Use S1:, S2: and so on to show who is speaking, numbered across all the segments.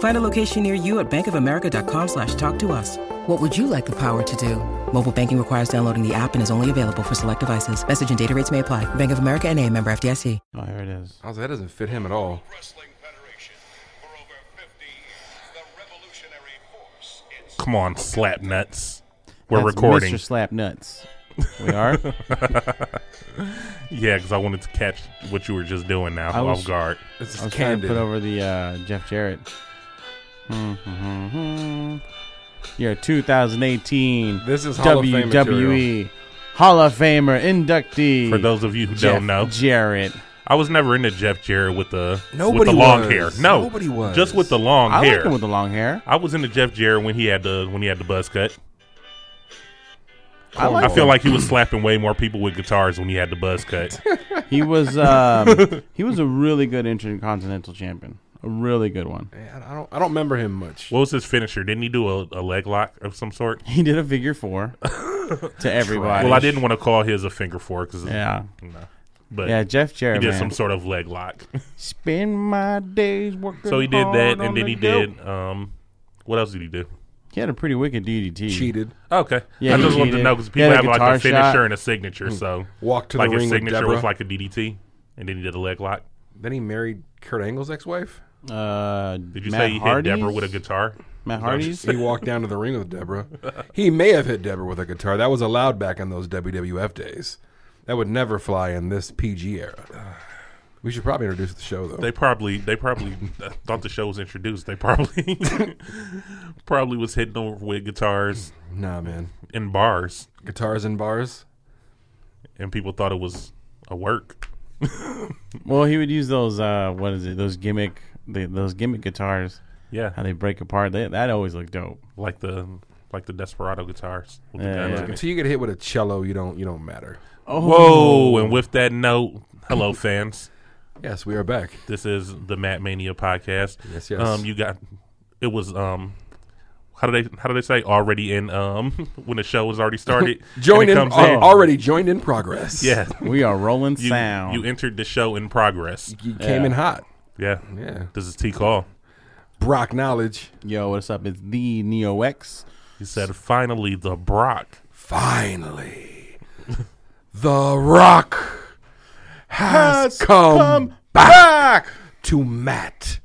S1: Find a location near you at bankofamerica.com slash talk to us. What would you like the power to do? Mobile banking requires downloading the app and is only available for select devices. Message and data rates may apply. Bank of America and a member FDIC.
S2: Oh, here it is.
S3: I was like, that doesn't fit him at all.
S4: Wrestling Federation. For over 50 years, the revolutionary force in
S5: Come on, slap nuts. We're
S2: That's
S5: recording.
S2: Mr. Slap Nuts. We are.
S5: Yeah, because I wanted to catch what you were just doing now
S2: I was-
S5: off guard.
S3: This
S2: I
S3: is
S2: was trying to
S3: candid.
S2: put over the uh, Jeff Jarrett. Mm-hmm. Your 2018
S3: This is Hall of Fame
S2: WWE E Hall of Famer inductee.
S5: For those of you who
S2: Jeff
S5: don't know,
S2: Jarrett.
S5: I was never into Jeff Jarrett with the with
S3: Nobody
S5: the long
S3: was.
S5: hair. No,
S3: Nobody was.
S5: Just with the long
S2: I
S5: hair.
S2: like him with the long hair.
S5: I was into Jeff Jarrett when he had the when he had the buzz cut.
S2: I like
S5: I feel like he was slapping way more people with guitars when he had the buzz cut.
S2: he was um, he was a really good intercontinental champion. A really good one.
S3: Man, I don't. I don't remember him much.
S5: what was his finisher? Didn't he do a, a leg lock of some sort?
S2: He did a figure four to everybody.
S5: Well, I didn't want to call his a finger four because
S2: Yeah.
S5: no. but
S2: Yeah, Jeff
S5: he
S2: Jarrett.
S5: did
S2: man.
S5: some sort of leg lock.
S2: Spend my days working.
S5: so he did
S2: hard
S5: that,
S2: on
S5: and then
S2: the
S5: he
S2: dope.
S5: did. Um, what else did he do?
S2: He had a pretty wicked DDT.
S3: Cheated.
S5: Okay.
S2: Yeah,
S5: I
S2: he
S5: just wanted to
S2: cheated.
S5: know because
S2: He
S5: people
S2: had a
S5: have like
S2: guitar
S5: a finisher
S2: shot. Hmm.
S5: and a signature. So
S3: Walked to the
S5: like his
S3: ring with
S5: signature
S3: Deborah.
S5: was like a DDT, and then he did a leg lock.
S3: Then he married Kurt Angle's ex-wife.
S2: Uh,
S5: Did you
S2: Matt
S5: say he
S2: Hardy's?
S5: hit Deborah with a guitar?
S2: Matt
S5: Is that what you
S2: Hardy's?
S3: He walked down to the ring with Deborah. He may have hit Deborah with a guitar. That was allowed back in those WWF days. That would never fly in this PG era. We should probably introduce the show though.
S5: They probably they probably thought the show was introduced. They probably probably was hitting over with guitars
S3: nah, man.
S5: in bars,
S3: Guitars and bars.
S5: and people thought it was a work.
S2: well, he would use those. Uh, what is it? Those gimmick. The, those gimmick guitars. How
S5: Yeah,
S2: they break apart. They, that always looked dope.
S5: like the like the Desperado guitars. With
S2: Yeah,
S5: the guns
S2: yeah.
S5: in it.
S3: Until you get hit with a cello, you don't. You don't matter.
S5: Whoa!
S2: Oh.
S5: And with that note, hello fans.
S3: Yes, we are back.
S5: This is the Matt Mania podcast.
S3: Yes, yes.
S5: Um, you got it was um, how do they how do they say already in um when the show was already started?
S3: Joined
S5: And it
S3: in.
S5: comes
S3: al- uh, Already joined in progress.
S5: Yeah,
S2: We are rolling
S5: you
S2: sound.
S5: you entered the show in progress.
S3: You came
S2: Yeah.
S3: in hot.
S5: Yeah,
S3: Yeah.
S5: This is T call.
S3: Brock knowledge.
S2: Yo, what's up? It's the Neo X.
S5: He said, "Finally, the Brock."
S3: Finally, The Rock has, come, back, to Matt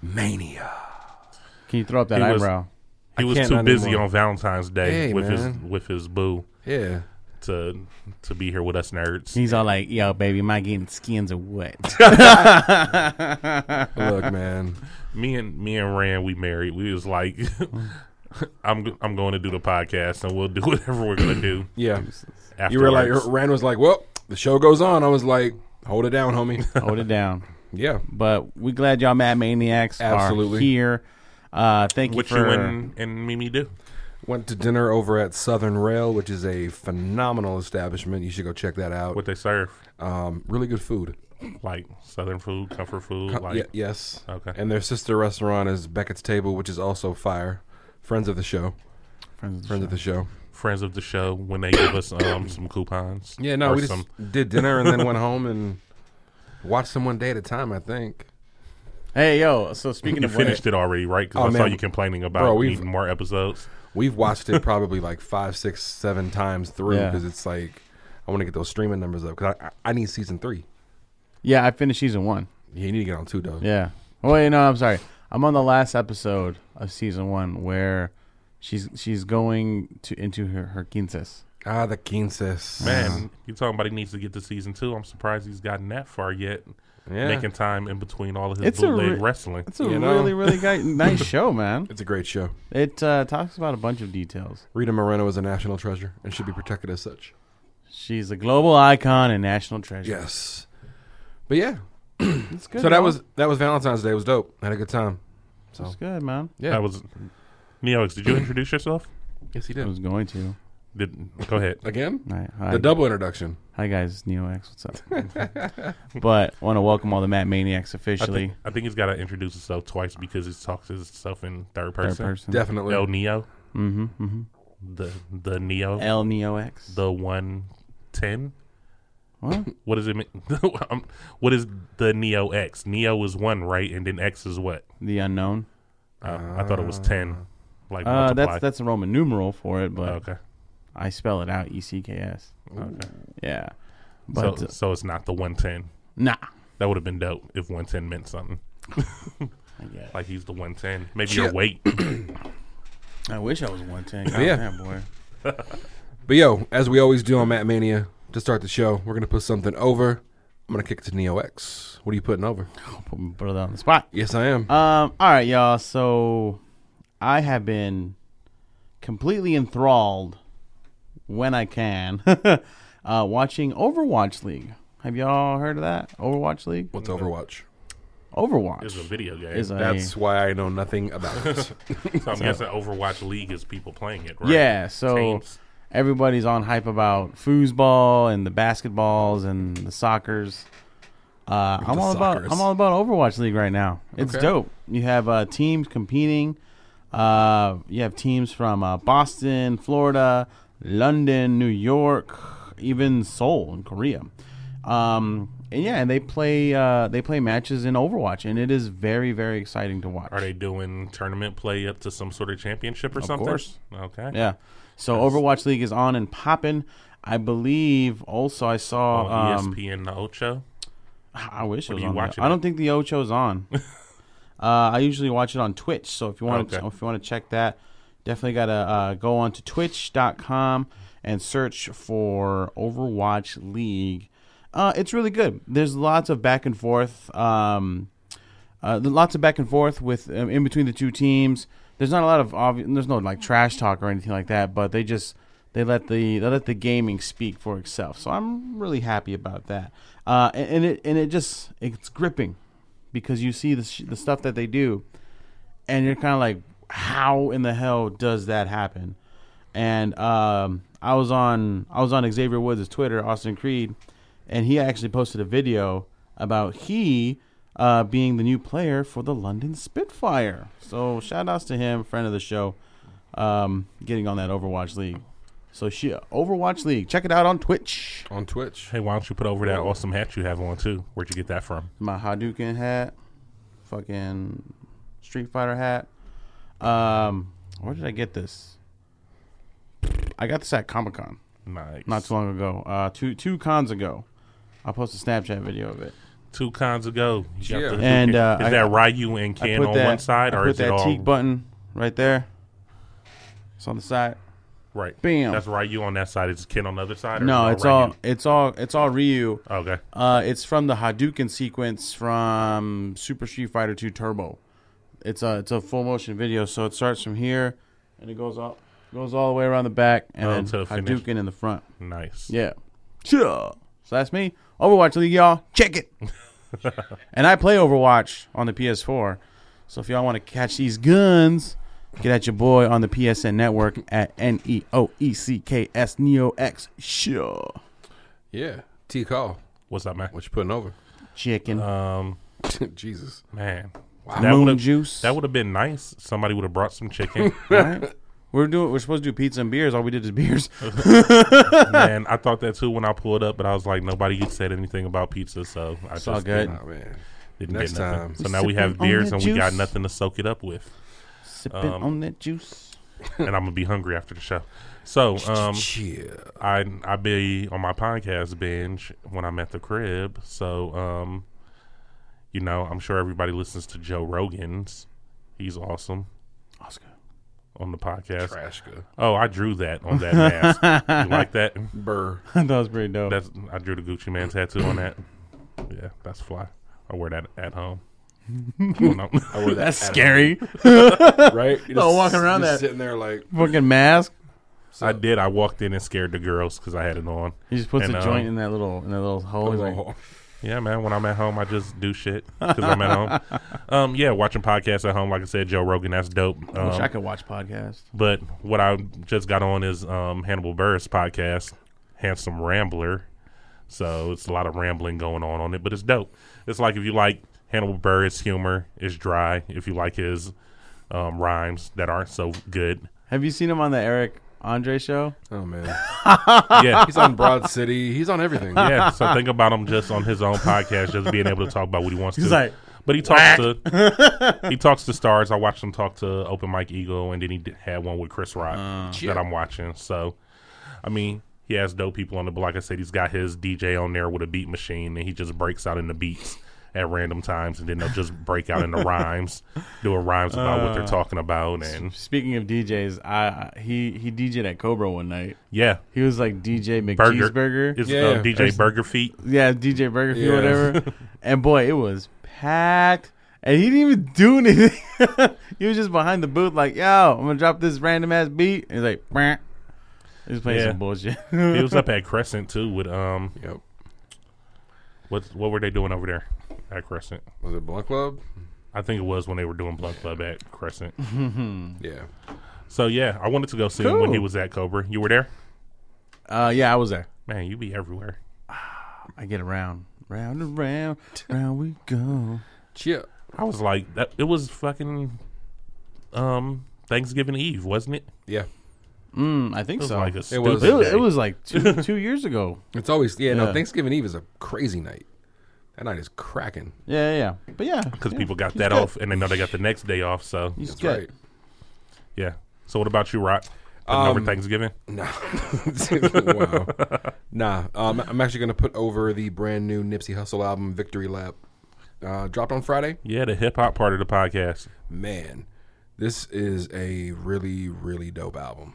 S3: Mania.
S2: Can you throw up that
S5: He was-
S2: eyebrow?
S5: He
S3: I
S5: was
S3: can't
S5: too
S3: not
S5: busy
S3: anymore.
S5: on Valentine's Day
S3: Hey,
S5: with his
S3: man.
S5: with his boo
S3: Yeah.
S5: to to be here with us nerds.
S2: He's all like, "Yo, baby, am I getting skins or what?"
S3: Look, man.
S5: me and me and Rand, we married. We was like, I'm I'm going to do the podcast, and we'll do whatever we're gonna do.
S3: Yeah.
S5: Afterwards.
S3: You were like, Rand was like, well, the show goes on. I was like, hold it down, homie.
S2: Hold it down.
S3: yeah.
S2: But we glad y'all Mad Maniacs
S3: Absolutely.
S2: are here. Uh, thank
S5: what
S2: you
S5: you
S2: for
S5: and, and Mimi do?
S3: Went to dinner over at Southern Rail, which is a phenomenal establishment. You should go check that out.
S5: What they serve?
S3: Um, really good food.
S5: Like Southern food, comfort food. like
S3: Ye- yes.
S5: Okay.
S3: And their sister restaurant is Beckett's Table, which is also fire. Friends of the show.
S2: friends.
S3: Friends of the show.
S5: friends of the show when they give us um some coupons.
S3: Yeah, no,
S5: or
S3: we just
S5: some-
S3: did dinner and then went home and watched them one day at a time. I think.
S2: Hey, yo. So speaking
S5: you
S2: of which,
S5: finished it already, right? Because
S3: Oh,
S5: I saw
S3: man.
S5: you complaining about
S3: Bro, we've-
S5: needing more episodes.
S3: We've watched it probably like five, six, seven times through
S2: Yeah.
S3: because it's like I want to get those streaming numbers up because I, I I need season three.
S2: yeah, I finished season one.
S3: Yeah, you need to get on two though.
S2: Yeah. Oh wait, no, I'm sorry. I'm on the last episode of season one where she's she's going to into her her quinces.
S3: Ah, the quinces.
S5: Man, you talking about he needs to get to season two? I'm surprised he's gotten that far yet.
S3: Yeah.
S5: making time in between all of his
S2: It's a
S5: bootleg
S2: re-
S5: wrestling.
S2: It's a
S3: You know?
S2: really, really guy, nice show, man.
S3: It's a great show.
S2: It uh, talks about a bunch of details.
S3: Rita Moreno is a national treasure and should be protected as such.
S2: She's a global icon and national treasure.
S3: Yes. But yeah,
S2: it's good.
S3: so that
S2: man.
S3: was that was Valentine's Day. It was dope. I had a good time. So
S2: it's good, man.
S3: yeah,
S5: I was Neox. Did you introduce yourself?
S3: yes, he
S2: I
S3: did
S2: was going to.
S5: Did go ahead.
S3: again.
S2: All right, hi,
S3: The double introduction.
S2: hi guys, Neo X, what's up? but want to welcome all the Matt Maniacs
S5: I think-
S2: officially.
S5: I think he's got to introduce himself twice because he talks himself in third
S2: Third
S5: person.
S2: person.
S3: Definitely.
S5: El Neo,
S2: Mm-hmm, mm-hmm.
S5: the the Neo,
S2: El Neo X.
S5: the one ten.
S2: What?
S5: What does it mean? Um, what is the Neo X? Neo is one, right? And then X is what?
S2: The unknown.
S5: Uh, I thought it was ten. Like
S2: Uh,
S5: multiply. Oh,
S2: that's that's a Roman numeral for it, but
S5: okay.
S2: I spell it out E C K S.
S5: Okay.
S2: Yeah, but
S5: so,
S2: uh,
S5: so it's not the one ten.
S2: nah.
S5: That would have been dope if one ten meant something.
S2: guess.
S5: like he's the one ten. Maybe your
S3: Yeah.
S5: weight.
S2: I wish I was one ten.
S3: yeah.
S2: boy.
S3: But yo, as we always do on Matt Mania, to start the show, we're gonna put something over. I'm gonna kick it to Neo X. What are you putting over?
S2: Put my brother on the spot.
S3: Yes, I am.
S2: Um. All right, y'all. So I have been completely enthralled when I can uh, watching Overwatch League. Have y'all heard of that Overwatch League?
S3: What's Overwatch?
S2: Overwatch
S5: It's a video game.
S2: is a
S3: That's why I know nothing about it.
S5: so I'm guessing Overwatch League is people playing it, right?
S2: Yeah, so
S5: Teams.
S2: everybody's on hype about foosball and the basketballs and the soccers. Uh, I'm
S3: The
S2: all
S3: soccers.
S2: about I'm all about Overwatch League right now. It's
S3: Okay.
S2: dope. You have uh, teams competing. Uh, you have teams from uh, Boston, Florida, London, New York, even Seoul in Korea. Um, and yeah, and they play uh, they play matches in Overwatch, and it is very very exciting to watch.
S5: Are they doing tournament play up to some sort of championship or something?
S2: course.
S5: Okay.
S2: Yeah. So Overwatch League is on and popping. I believe. Also, I saw.
S5: On E
S2: Um,
S5: ESPN the Ocho.
S2: I wish it was
S5: do you
S2: on.
S5: watch
S2: the-
S5: it
S2: I
S5: at?
S2: don't think the Ocho's on. uh, I usually watch it on Twitch. So if you want to,
S5: Okay.
S2: if you want to check that, definitely gotta uh, go on to Twitch.com and search for Overwatch League. Uh, it's really good. There's lots of back and forth. Um, uh, th- lots of back and forth with um, in between the two teams. There's not a lot of obvi- there's no like trash talk or anything like that, but they just they let the they let the gaming speak for itself. So I'm really happy about that. Uh, and, and it and it just it's gripping because you see the sh- the stuff that they do, and you're kind of like, how in the hell does that happen? And um, I was on I was on Xavier Woods' Twitter, Austin Creed, and he actually posted a video about he uh, being the new player for the London Spitfire. So shout outs to him, friend of the show, um, getting on that Overwatch League. So she Overwatch League, check it out on Twitch.
S3: on Twitch.
S5: Hey, why don't you put over that awesome hat you have on too? Where'd you get that from?
S2: my Hadouken hat, fucking Street Fighter hat. Um, where did I get this? I got this at Comic Con
S5: Nice.
S2: not too long ago. Uh, two two cons ago. I posted a Snapchat video of it.
S5: two cons ago. You
S3: Yeah.
S5: got the-
S2: And, uh,
S5: is
S2: I-
S5: that Ryu and
S2: I
S5: Ken
S2: put
S5: on
S2: that,
S5: one side,
S2: I
S5: or
S2: put
S5: is
S2: that
S5: it all
S2: cheek button right there. It's on the side.
S5: right?
S2: Bam.
S5: That's Ryu on that side. Is Ken on the other side? Or
S2: No,
S5: is it
S2: it's all it's all it's all Ryu.
S5: Ryu? okay.
S2: Uh, it's from the Hadouken sequence from Super Street Fighter 2 Turbo. It's a it's a full motion video, so it starts from here and it goes all goes all the way around the back and
S5: Oh,
S2: then
S5: to the
S2: Hadouken
S5: finish.
S2: in the front.
S5: Nice.
S2: Yeah. Sure. So that's me. Overwatch League, y'all. Check it. and I play Overwatch on the PS4. So if y'all want to catch these guns, get at your boy on the PSN network at N E O E C K S Neo X. Sure.
S3: Yeah. T call.
S5: What's up, man?
S3: What you putting over?
S2: Chicken.
S5: Um,
S3: Jesus.
S5: man,
S2: Moon
S5: would've-
S2: juice.
S5: That would have been nice. Somebody would have brought some chicken.
S2: right? We're doing. We're supposed to do pizza and beers. All we did is beers.
S5: man, I thought that too when I pulled up, but I was like, nobody said anything about pizza, so I
S2: all
S5: just
S2: good.
S5: didn't,
S3: Oh man.
S5: didn't
S3: Next
S5: get nothing.
S3: time.
S5: So now we have
S2: Sipping on
S5: beers
S2: the
S5: and we got
S2: juice.
S5: nothing to soak it up with,
S2: Sipping
S5: Um,
S2: on that juice.
S5: and I'm gonna be hungry after the show. So um,
S3: Chill.
S5: I I be on my podcast binge when I'm at the crib. So um, you know, I'm sure everybody listens to Joe Rogan's. He's awesome
S2: Oscar.
S5: on the podcast.
S3: Trashka.
S5: Oh, I drew that on that mask. you like that?
S3: Burr.
S2: that was pretty dope.
S5: That's I drew the Gucci Man tattoo on that. Yeah, that's fly. I wear that at home. No. That's
S3: at home.
S5: scary.
S3: right? You're
S2: Oh, walking around
S3: just
S2: that-
S3: sitting there like
S2: Fucking mask.
S5: I did. I walked in and scared the girls because I had it on.
S2: He just puts
S5: And,
S2: a
S5: um,
S2: joint in that little in that little hole. He's like,
S3: oh,
S5: Yeah, man. When I'm at home, I just do shit because I'm at home. Um, yeah, watching podcasts at home. Like I said, Joe Rogan, that's dope. Um,
S2: wish I could watch podcasts.
S5: But what I just got on is um, Hannibal Burris podcast, Handsome Rambler. So it's a lot of rambling going on on it, but it's dope. It's like if you like Hannibal Burris humor, it's dry. If you like his um, rhymes that aren't so good,
S2: Have you seen him on the Eric Andre show?
S3: oh man,
S5: yeah,
S3: he's on Broad City. He's on everything.
S5: yeah. So think about him just on his own podcast, just being able to talk about what he wants
S2: He's
S5: to.
S2: like,
S5: but he talks to he talks to stars. I watched him talk to Open Mike Eagle, and then he d- had one with Chris Rock
S3: Shit.
S5: that I'm watching. So, I mean, he has dope people on the block. Like I said, he's got his DJ on there with a beat machine, and he just breaks out into beats at random times, and then they'll just break out into rhymes, doing rhymes about what they're talking about, and
S2: Speaking of DJs, I I- he he DJ'd at Cobra one night.
S5: yeah.
S2: He was like DJ
S5: Burger
S2: McCheeseburger.
S5: is
S3: Yeah.
S5: uh, DJ Burger Feet.
S2: yeah, DJ Burger King,
S3: Yeah.
S2: whatever. and boy, it was packed. And he didn't even do anything. he was just behind the booth, like, yo, I'm gonna drop this random ass beat. And he's like, "Brr." he was playing
S5: Yeah.
S2: some bullshit.
S5: He was up at Crescent too with um,
S3: Yep.
S5: what what were they doing over there at Crescent?
S3: Was it Blunt Club?
S5: I think it was when they were doing Blunt Club at Crescent.
S3: Yeah.
S5: So yeah, I wanted to go see him when
S2: Cool.
S5: he was at Cobra. You were there,
S2: uh, yeah, I was there.
S5: man. You be everywhere.
S2: I get around, round and round, round we go.
S3: Chip.
S5: I was like, that, it was fucking um Thanksgiving Eve, wasn't it?
S3: Yeah.
S2: Mm, I think
S5: It was
S2: so.
S5: like a
S2: it,
S5: stupid
S3: was-
S2: was, it was
S5: day.
S2: like two two years ago.
S3: It's always yeah, no,
S2: Yeah.
S3: Thanksgiving Eve is a crazy night. That night is cracking.
S2: Yeah, yeah, yeah. but yeah,
S5: because
S2: yeah,
S5: people got
S2: he's
S5: that
S2: good.
S5: off, and they know they got the next day off. So
S2: He's
S3: That's
S2: good.
S3: right.
S5: yeah. So what about you, Rock? Putting
S2: Um,
S5: over Thanksgiving?
S3: Nah. wow. Nah. Um, I'm actually gonna put over the brand new Nipsey Hussle album, Victory Lap. Uh, dropped on Friday.
S5: Yeah, the hip hop part of the podcast.
S3: Man, this is a really, really dope album.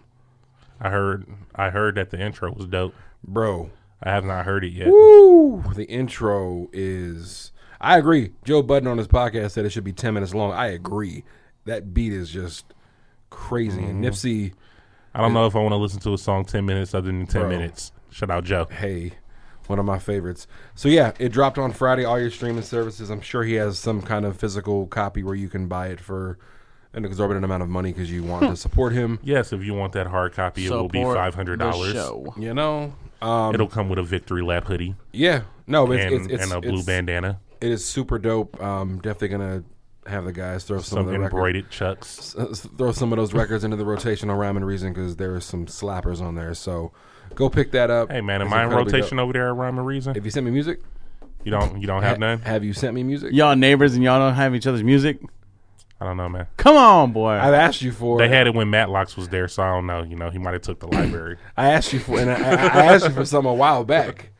S5: I heard, I heard that the intro was dope.
S3: Bro,
S5: I have not heard it yet.
S3: Woo! The intro is. I agree. Joe Budden on his podcast said it should be 10 minutes long. I agree. That beat is just crazy.
S5: Mm-hmm.
S3: And Nipsey,
S5: I don't know if I want to listen to a song ten minutes other than ten
S3: Bro.
S5: minutes. Shout out Joe.
S3: hey, one of my favorites. So, yeah, it dropped on Friday, all your streaming services. I'm sure he has some kind of physical copy where you can buy it for an exorbitant amount of money because you want to support him.
S5: Yes, if you want that hard copy, it will be
S2: Support
S5: five hundred
S2: the
S5: dollars.
S2: show.
S3: You know? Um,
S5: It'll come with a victory lap hoodie
S3: yeah. No, but
S5: and,
S3: it's, it's, it's,
S5: and a blue
S3: it's-
S5: bandana,
S3: It is super dope. Um, definitely going to have the guys throw some,
S5: some
S3: of the records.
S5: embroidered
S3: s-
S5: chucks.
S3: s- throw some of those records into the rotation on Rhyme and Reason because there is some slappers on there. So go pick that up.
S5: Hey man,
S3: It's
S5: am I in
S3: incredibly dope.
S5: rotation over there at Rhyme and Reason?
S3: Have you sent me music?
S5: You don't you don't have
S3: Ha-
S5: none?
S3: Have you sent me music?
S2: Y'all neighbors and y'all don't have each other's music.
S5: I don't know, man.
S2: Come on, boy.
S3: I've asked you for.
S5: They had it when Matlocks was there, so I don't know. You know, he might have took the library.
S3: I asked you for, and I, I I asked you for some a while back.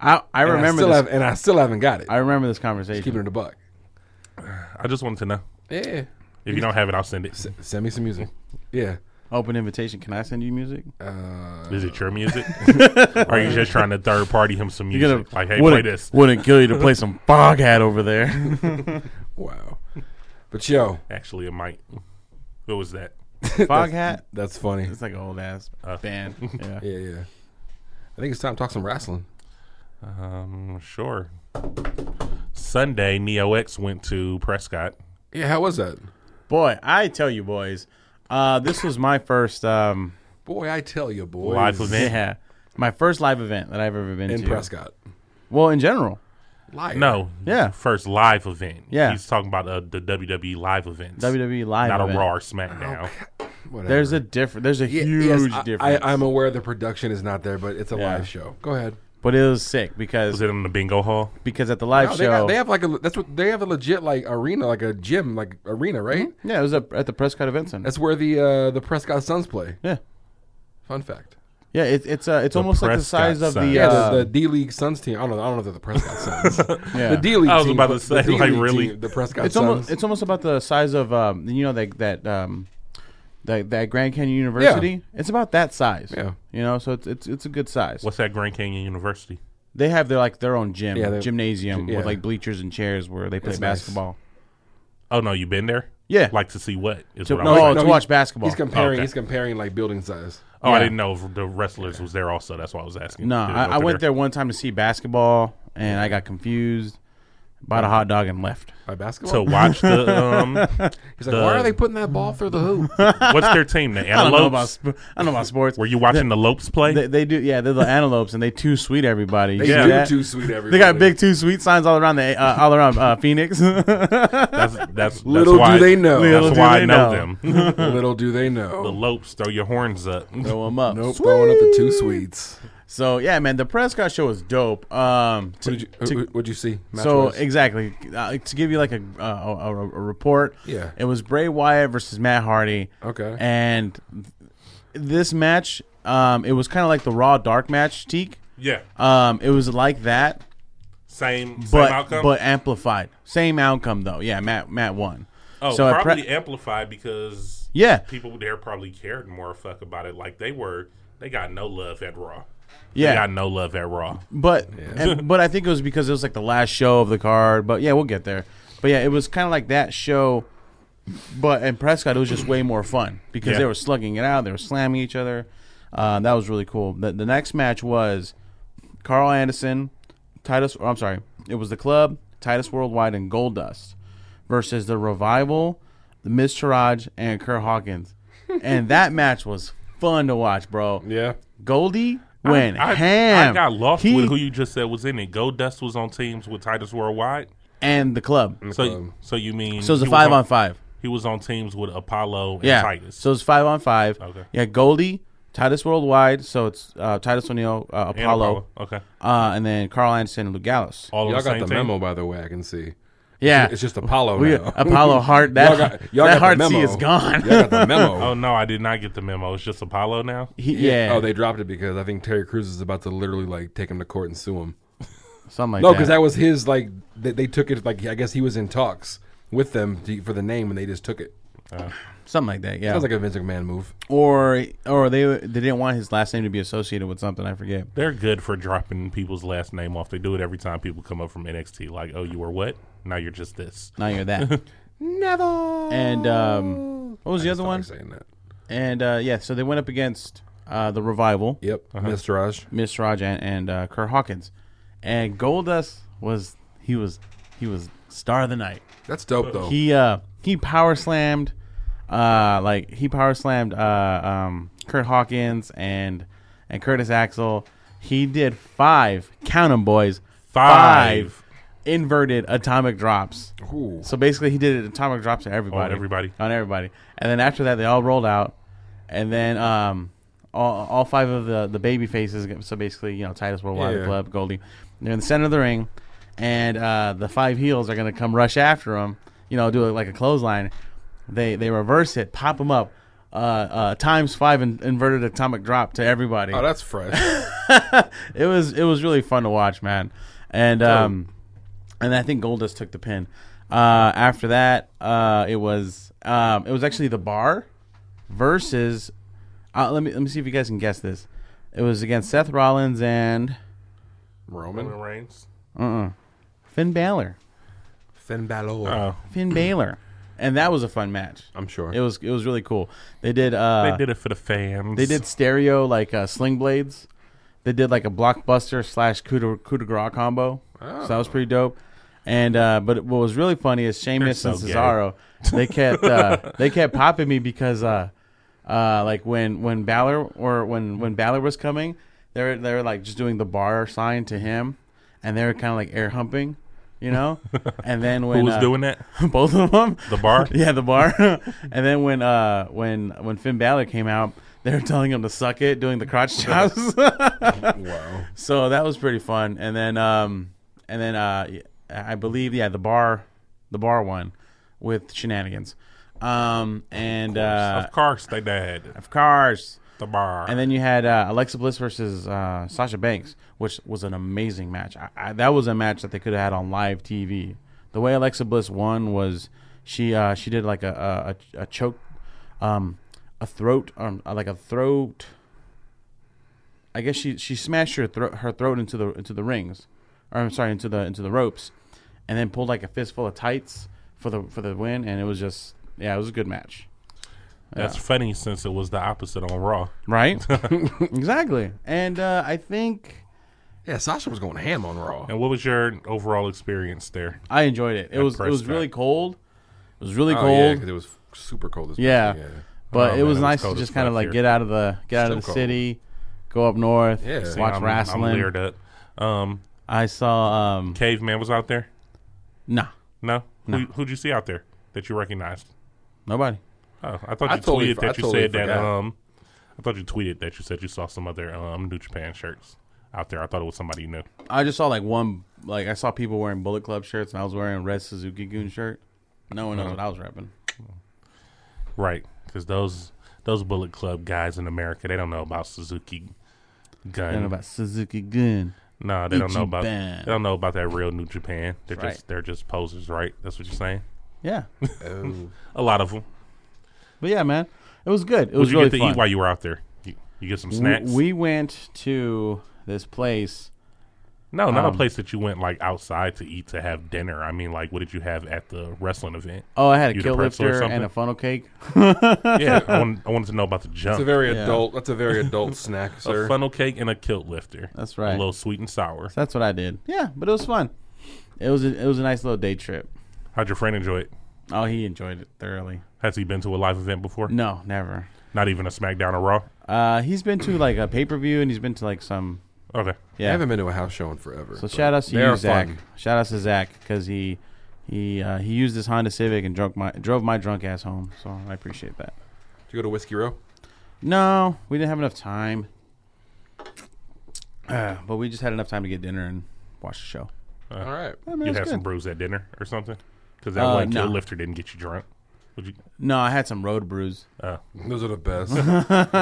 S2: I, I
S3: And
S2: remember
S3: I still
S2: this.
S3: have, and I still haven't got it.
S2: I remember this
S3: Keeping
S2: conversation.
S3: it a buck.
S5: I just wanted to know.
S3: Yeah.
S5: If you don't have it, I'll send it.
S3: Send me some music. Yeah.
S2: Open invitation. Can I send you music?
S5: Is it
S3: uh,
S5: your music? or are you just trying to third party him some music? like, hey, play
S2: wouldn't,
S5: this.
S2: Wouldn't kill you to play some Foghat over there.
S3: Wow. But yo,
S5: Actually, it might. What was that?
S2: Foghat.
S3: that's funny.
S2: It's like an old ass
S3: Uh.
S2: band. Yeah.
S3: Yeah, yeah. I think it's time to talk some wrestling.
S5: Um, sure. Sunday, Neo X went to Prescott.
S3: Yeah. How was that?
S2: Boy, I tell you, boys, uh, this was my first um,
S3: Boy, I tell you, boy.
S5: Live event.
S2: yeah, my first live event that I've ever been
S3: in
S2: to.
S3: Prescott.
S2: Well, in general,
S3: Liar.
S5: No.
S2: Yeah.
S5: First live event.
S2: Yeah.
S5: He's talking about uh, the WWE live events.
S2: WWE live.
S5: Not
S2: event.
S5: a Raw or SmackDown.
S3: Whatever.
S2: There's a different. There's a
S3: Yeah,
S2: huge
S3: yes, I-
S2: difference.
S3: I, I'm aware the production is not there, but it's a
S2: Yeah.
S3: live show. Go ahead.
S2: but it was sick
S5: Was
S2: because
S5: it in the bingo hall?
S2: because at the live
S3: No, they,
S2: show,
S3: got, they have like a that's what they have a legit like arena, like a gym, like arena, right?
S2: yeah, it was up at the Prescott Event Center.
S3: That's where the uh, the Prescott Suns play.
S2: yeah,
S3: Fun fact.
S2: yeah. It, it's uh, it's almost like the
S5: Prescott
S2: size of the
S5: side.
S3: Yeah,
S2: uh,
S3: the, the D League Suns team. I don't know. I don't know if they're the Prescott Suns.
S2: Yeah.
S3: The D League.
S5: I was
S3: team,
S5: about to
S3: the
S5: say,
S3: D-League
S5: like,
S3: team,
S5: really?
S3: the Prescott
S2: it's
S3: Suns.
S2: almost it's almost about the size of um you know that that um that, that Grand Canyon University. It's about that size.
S3: Yeah.
S2: You know, so it's it's it's a good size.
S5: What's that Grand Canyon University?
S2: They have their like their own gym,
S3: Yeah, they-
S2: gymnasium
S3: yeah.
S2: with like bleachers and chairs where they play
S3: It's nice.
S2: basketball.
S5: Oh no, you been there?
S2: Yeah.
S5: Like to see what? Is
S2: To-
S5: what
S2: no,
S5: I was
S2: Oh,
S5: like.
S2: to watch basketball.
S3: He's comparing.
S5: Okay.
S3: He's comparing like building size.
S5: Oh, I
S2: yeah.
S5: didn't know if the wrestlers was there also. That's why I was asking.
S2: No,
S5: Didn't
S2: I,
S5: go
S2: I
S5: through
S2: went there one time to see basketball, and I got confused, bought a hot dog, and left.
S3: By
S5: to
S3: basketball.
S5: watch the um.
S3: he's like, why
S5: the-
S3: are they putting that ball through the hoop?
S5: what's their team? The
S2: I don't know about sp-
S5: Antelopes.
S2: I don't know about sports.
S5: Were you watching the Lopes play?
S2: They, they do, yeah. They're the antelopes, and they too sweet everybody. You
S3: They
S2: see
S5: Yeah.
S3: do
S2: that?
S3: too sweet.
S2: They
S3: Everybody.
S2: got big too sweet signs all around the uh, all around uh, Phoenix.
S5: That's that's, that's
S3: Little
S5: why,
S3: do they know.
S5: That's
S2: Little do
S5: why
S2: they
S5: I know,
S2: know.
S5: them.
S3: Little do they
S5: the
S3: know.
S5: Lopes, throw your horns up.
S2: Throw 'em up.
S3: Nope, throwing up the two sweets.
S2: So yeah, man, the Prescott show was dope. Um, to-
S3: What did you,
S2: to-
S3: who- what'd you see?
S2: so
S3: match-wise?
S2: exactly uh, to give you like a, uh, a, a- a report.
S3: Yeah.
S2: it was Bray Wyatt versus Matt Hardy.
S3: Okay.
S2: and this match, um, it was kind of like the Raw Dark match, Teak.
S5: Yeah,
S2: Um, it was like that,
S5: same same
S2: but
S5: outcome.
S2: but amplified. Same outcome though. Yeah, Matt Matt won.
S5: oh,
S2: at Pre-
S5: probably amplified because
S2: Yeah.
S5: people there probably cared more fuck about it. Like they were, they got no love at Raw.
S2: Yeah.
S5: they got no love at Raw.
S2: But and- but I think it was because it was like the last show of the card. But yeah, we'll get there. But yeah, it was kind of like that show. But in Prescott, it was just way more fun because
S5: Yeah.
S2: they were slugging it out. They were slamming each other. Uh, that was really cool. The, the next match was Carl Anderson, Titus. Or I'm sorry, it was the club Titus Worldwide and Goldust versus the Revival, the Miz Taraj and Kerr Hawkins, and that match was fun to watch, bro.
S3: yeah,
S2: Goldie went
S5: I,
S2: ham.
S5: I got lost
S2: He-
S5: with who you just said was in it. Goldust was on teams with Titus Worldwide.
S2: and the club.
S3: Mm-hmm.
S5: So, so you mean
S2: So it was a
S5: he
S2: five
S5: on,
S2: on five.
S5: He was on teams with Apollo and
S2: Yeah.
S5: Titus.
S2: So it's five on five.
S5: Okay.
S2: Yeah, Goldie, Titus Worldwide. So it's uh, Titus O'Neil, uh,
S5: And
S2: Apollo,
S5: Okay,
S2: Uh, and then Carl Anderson and Luke Gallows.
S5: all on
S3: y'all
S5: the
S3: got
S5: same
S3: the
S5: team?
S3: memo by the way. I can see.
S2: yeah.
S3: Oh, It's just Apollo
S2: we, uh,
S3: now.
S2: Apollo Heart. That,
S3: Y'all got- y'all
S2: that
S3: got
S2: Heart
S3: the
S2: C
S3: memo.
S2: is gone.
S3: Y'all got the memo.
S5: Oh no, I did not get the memo. It's just Apollo now.
S2: He- yeah.
S3: Oh, they dropped it because I think Terry Crews is about to literally like take him to court and sue him.
S2: Something like
S3: No,
S2: that.
S3: because that was his like they, they took it like I guess he was in talks with them to, for the name and they just took it.
S2: Something like that. Yeah.
S3: Sounds like a Vince McMahon move.
S2: or or they they didn't want his last name to be associated with something. I forget.
S5: They're good for dropping people's last name off. They do it every time people come up from NXT. Like, oh, you were what? Now you're just this.
S2: Now you're that.
S3: Neville.
S2: and um, what was the other one?
S3: Saying that.
S2: And uh, yeah, so they went up against uh, the Revival.
S3: Yep. Mr. Raj.
S2: Miss Raj and, and uh, Kerr Hawkins, and Goldust was he was he was star of the night.
S3: That's dope though.
S2: He uh he power slammed, uh like he power slammed uh um Kurt Hawkins and and Curtis Axel. He did five count 'em boys
S5: Five.
S2: inverted atomic drops.
S3: Ooh.
S2: So basically, he did atomic drops to everybody.
S5: On everybody.
S2: On everybody. And then after that, they all rolled out, and then um, all, all five of the the baby faces. So basically, you know, Titus Worldwide,
S3: Yeah.
S2: the Club, Goldie. They're in the center of the ring, and uh, the five heels are gonna come rush after him. You know, do it like a clothesline. They they reverse it, pop them up. Uh, uh, times five in, inverted atomic drop to everybody.
S3: Oh, that's fresh.
S2: It was it was really fun to watch, man. And um, and I think Goldust took the pin. Uh, after that, uh, it was um, it was actually the bar versus. Uh, let me let me see if you guys can guess this. It was against Seth Rollins and
S3: Roman.
S5: Roman Reigns.
S2: Finn Balor.
S3: Finn Balor.
S5: Oh,
S2: Finn Balor, and that was a fun match.
S3: I'm sure.
S2: It was it was really cool. They did uh,
S5: they did it for the fans.
S2: They did stereo like uh, sling blades. They did like a blockbuster slash coup de, coup de grace combo. So that was pretty dope. And uh, but what was really funny is Sheamus
S5: Oh. They're
S2: and
S5: so gay.
S2: Cesaro. They kept uh, they kept popping me because uh, uh, like when when Balor or when when Balor was coming, they were they were like just doing the bar sign to him, and they were kind of like air humping, you know. And then when
S5: Who was
S2: uh,
S5: doing that?
S2: both of them
S5: The bar?
S2: yeah, the bar. and then when uh when when Finn Balor came out, they were telling him to suck it, doing the crotch chops.
S3: wow.
S2: so that was pretty fun. And then um and then uh I believe yeah the bar the bar one with shenanigans, um and uh
S5: of course they did.
S2: of cars.
S5: The bar.
S2: And then you had uh, Alexa Bliss versus uh, Sasha Banks, which was an amazing match. I, I, that was a match that they could have had on live TV. The way Alexa Bliss won was she uh, she did like a a, a, a uh, choke, um, a throat, um, like a throat. I guess she she smashed her thro- her throat into the into the rings, or I'm sorry, into the into the ropes, and then pulled like a fistful of tights for the for the win. And it was just yeah, it was a good match,
S5: That's funny since it was the opposite on Raw.
S2: right? exactly. And uh, I think
S3: Yeah, Sasha was going ham on Raw.
S5: And what was your overall experience there?
S2: I enjoyed it. It was it
S5: pressed
S2: was really
S5: that.
S2: cold. It was really
S3: Oh, yeah,
S2: cold.
S3: 'cause it was super cold. This
S2: Yeah.
S3: morning,
S2: But
S5: Oh,
S2: it
S5: man,
S2: was
S5: it was
S2: nice
S5: cold
S2: to
S5: as
S2: just kind
S5: fuck
S2: of like
S5: here.
S2: get out of the get out of the
S3: Still cold.
S2: city, go up north,
S3: Yeah. See,
S2: watch
S5: I'm, I'm
S2: wrestling.
S5: leered up. Um,
S2: I saw um
S5: Caveman was out there.
S2: nah,
S5: No, Who, who'd you see out there that you recognized?
S2: nobody.
S5: Oh, I thought you
S3: I totally
S5: tweeted
S3: for-
S5: that
S3: I
S5: you
S3: totally
S5: said that.
S3: forgot.
S5: Um, I thought you tweeted that you said you saw some other um New Japan shirts out there. I thought it was somebody new.
S2: I just saw like one like I saw people wearing Bullet Club shirts and I was wearing a red Suzuki Goon shirt. No one knows
S5: Uh-huh.
S2: what I was rapping.
S5: Right, because those those Bullet Club guys in America, they don't know about Suzuki
S2: I don't
S5: gun.
S2: know about Suzuki Goon.
S5: no, they don't know about
S2: Ichiban.
S5: they don't know about that real New Japan. They're
S2: That's right.
S5: just they're just posers, right? That's what you're saying.
S2: Yeah,
S3: yeah. Oh.
S5: A lot of them.
S2: but yeah, man, it was good. It
S5: What
S2: was
S5: did you
S2: really
S5: get to
S2: fun.
S5: eat while you were out there? You, you get some
S2: W-
S5: snacks.
S2: We went to this place.
S5: no,
S2: um,
S5: not a place that you went like outside to eat to have dinner. I mean, like, what did you have at the wrestling event?
S2: Oh, I had a
S5: You
S2: kill
S5: depressed or
S2: lifter
S5: something?
S2: and a funnel cake.
S5: yeah, I, want, I wanted to know about the
S3: It's a
S5: jump.
S3: very
S2: Yeah.
S3: adult. That's a very adult snack,
S5: a
S3: sir.
S5: funnel cake and a kilt lifter.
S2: That's right.
S5: A little sweet and sour.
S2: That's what I did. Yeah, but it was fun. It was a, it was a nice little day trip.
S5: How'd your friend enjoy it?
S2: Oh, he enjoyed it thoroughly.
S5: Has he been to a live event before?
S2: No, never.
S5: Not even a SmackDown or Raw.
S2: Uh, he's been to like a pay per view and he's been to like some.
S5: Okay.
S3: I
S2: Yeah.
S3: haven't been to a house show in forever.
S2: So shout out to
S3: They're
S2: you, Zach.
S3: fun.
S2: Shout out to Zach because he he uh, he used his Honda Civic and drunk my drove my drunk ass home. So I appreciate that.
S3: Did you go to Whiskey Row?
S2: No, we didn't have enough time, uh, but we just had enough time to get dinner and watch the show.
S3: All right.
S2: I mean,
S5: you
S2: it was
S5: had some
S2: good.
S5: brews at dinner or something? Because that
S2: Uh,
S5: one
S2: no.
S5: kilt lifter didn't get you drunk. Would you?
S2: No, I had some road brews.
S5: Uh,
S3: Those are the best.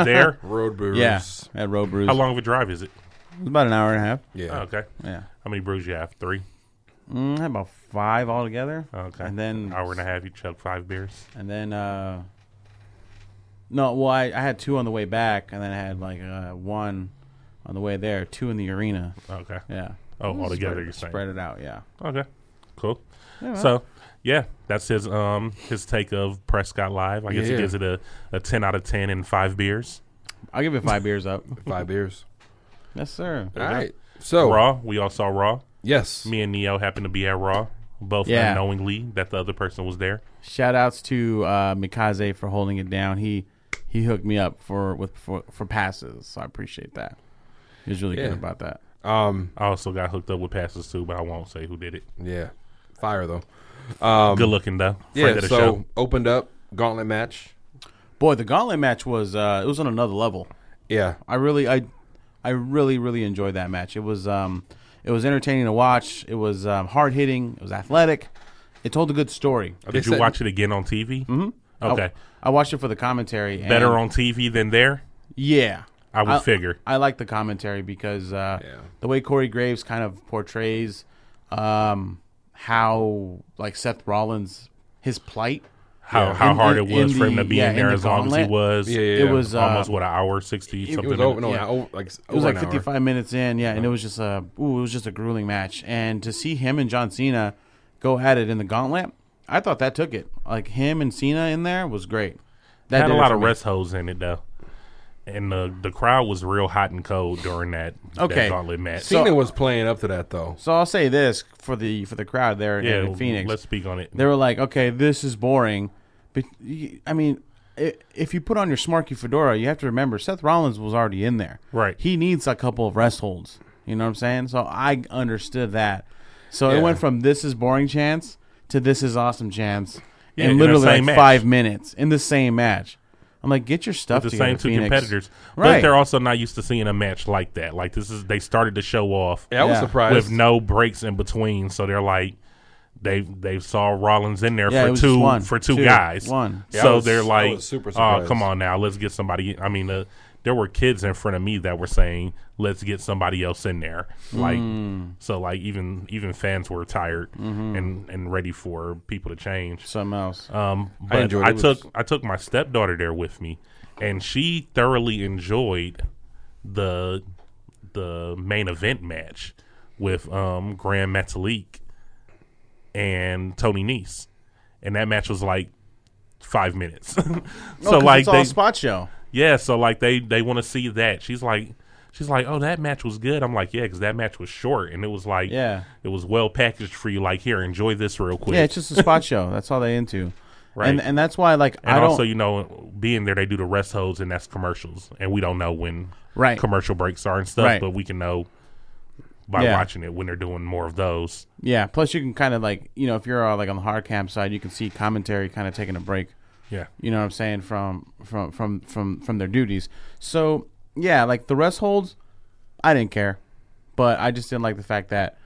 S5: there?
S3: Road brews.
S2: Yeah, I had road brews.
S5: How long of a drive is it?
S2: It was about an hour and a half.
S3: Yeah.
S5: Oh, okay.
S2: Yeah.
S5: How many brews you have? Three.
S2: Mm, I had about five altogether.
S5: Okay.
S2: And then
S5: An hour and a half. You chug five beers.
S2: and then uh no, well I, I had two on the way back and then I had like uh one on the way there, two in the arena.
S5: Okay.
S2: Yeah.
S5: Oh, all together
S2: Spread-
S5: you're saying.
S2: Spread it out, yeah.
S5: Okay. Cool. so, yeah, that's his um his take of Prescott Live. I guess
S3: Yeah.
S5: he gives it a, a ten out of ten and five beers.
S2: I'll give it five beers up.
S3: Five beers.
S2: Yes, sir.
S3: All right. So
S5: Raw, we all saw Raw.
S3: yes,
S5: Me and Neo happened to be at Raw, both
S2: Yeah.
S5: unknowingly that the other person was there.
S2: Shout outs to uh Mikaze for holding it down. He he hooked me up for with for, for passes, so I appreciate that. He was really
S3: Yeah.
S2: good about that.
S3: um,
S5: I also got hooked up with passes too, but I won't say who did it.
S3: yeah, fire though.
S5: Good looking though.
S3: Yeah.
S5: Friend of the
S3: So
S5: show.
S3: opened up gauntlet match.
S2: Boy, the gauntlet match was uh it was on another level.
S3: Yeah.
S2: I really I I really really enjoyed that match. It was um it was entertaining to watch. It was um, hard hitting. It was athletic. It told a good story.
S3: They
S5: Did you
S3: said-
S5: watch it again on TV? Mm-hmm. Okay.
S2: I watched it for the commentary. Oh. and-
S5: Better on TV than there?
S2: yeah.
S5: I would figure.
S2: I like the commentary because uh,
S3: Yeah.
S2: the way Corey Graves kind of portrays um, how like Seth Rollins his plight.
S5: How how
S2: In-
S5: hard
S2: in-
S5: it was
S2: in
S5: for him
S2: the-
S5: to be
S2: yeah,
S5: in
S2: in
S5: there
S2: the
S5: as long as he
S2: gauntlet,
S5: was.
S3: Yeah, yeah,
S2: It
S3: yeah.
S2: was uh,
S5: almost what an hour sixty
S3: It
S5: something.
S3: was over. No,
S5: minutes?
S2: yeah.
S3: over-
S2: it
S3: like
S2: was
S3: over
S2: like
S3: an hour.
S2: 55 minutes in yeah and it was just a ooh, it was just a grueling match and to see him and john cena go at it in the gauntlet i thought that took it like him and cena in there was great that
S5: had
S2: did
S5: a
S2: it
S5: lot
S2: for
S5: of
S2: me.
S5: rest holes in it though. And the the crowd was real hot and cold during that, that
S2: Okay.
S5: gauntlet match.
S2: So-
S3: Cena was playing up to that though.
S2: so i'll say this for the for the crowd there
S5: yeah,
S2: in phoenix
S5: let's speak on it.
S2: they were like okay this is boring but y- i mean i- if you put on your smarky fedora you have to remember seth rollins was already in there
S5: Right.
S2: he needs a couple of rest holds you know what i'm saying so i understood that so
S3: Yeah.
S2: it went from this is boring chance to this is awesome chance
S5: Yeah, in
S2: in
S5: the
S2: literally
S5: same
S2: like
S5: match.
S2: five minutes in the same match i'm like get your stuff
S5: the
S2: together
S5: same two
S2: Phoenix.
S5: competitors. But
S2: Right.
S5: they're also not used to seeing a match like that. Like this is they started the show off
S3: Yeah, I was
S2: Yeah.
S3: surprised.
S5: with no breaks in between, so they're like they they saw Rollins in there
S2: Yeah, it
S5: for
S2: was
S5: two
S2: just one,
S5: for two,
S2: two,
S5: guys.
S2: one.
S3: Yeah,
S5: so
S3: I was-
S5: they're
S3: I
S5: like
S3: was super
S5: oh,
S3: surprised."
S5: come on now, let's get somebody I mean uh, there were kids in front of me that were saying, "Let's get somebody else in there." Like,
S2: Hmm.
S5: so like even even fans were tired
S2: Mm-hmm.
S5: and and ready for people to change.
S2: something else
S5: Um, but I,
S3: enjoyed it. It was-
S5: took I took my stepdaughter there with me, and she thoroughly enjoyed the the main event match with um, Grand Metalik and Tony Nese, and that match was like five minutes. so
S2: 'cause
S5: like
S2: it's all
S5: they
S2: spot show.
S5: yeah, so like they they want to see that. She's like she's like, "Oh, that match was good." I'm like, "Yeah, cuz that match was short and it was like
S2: Yeah.
S5: it was well packaged for you like here, enjoy this real quick."
S2: Yeah, it's just a spot show. That's all they into.
S5: Right.
S2: And and that's why like I
S5: and
S2: don't
S5: also, you know, being there, they do the rest holds and that's commercials, and we don't know when
S2: Right.
S5: commercial breaks are and stuff,
S2: Right.
S5: but we can know by
S2: Yeah.
S5: watching it when they're doing more of those.
S2: Yeah. Plus, you can kind of like you know if you're uh, like on the hard camp side, you can see commentary kind of taking a break.
S5: Yeah,
S2: You know what I'm saying from from from from from their duties. So yeah, like the rest holds, I didn't care, but I just didn't like the fact that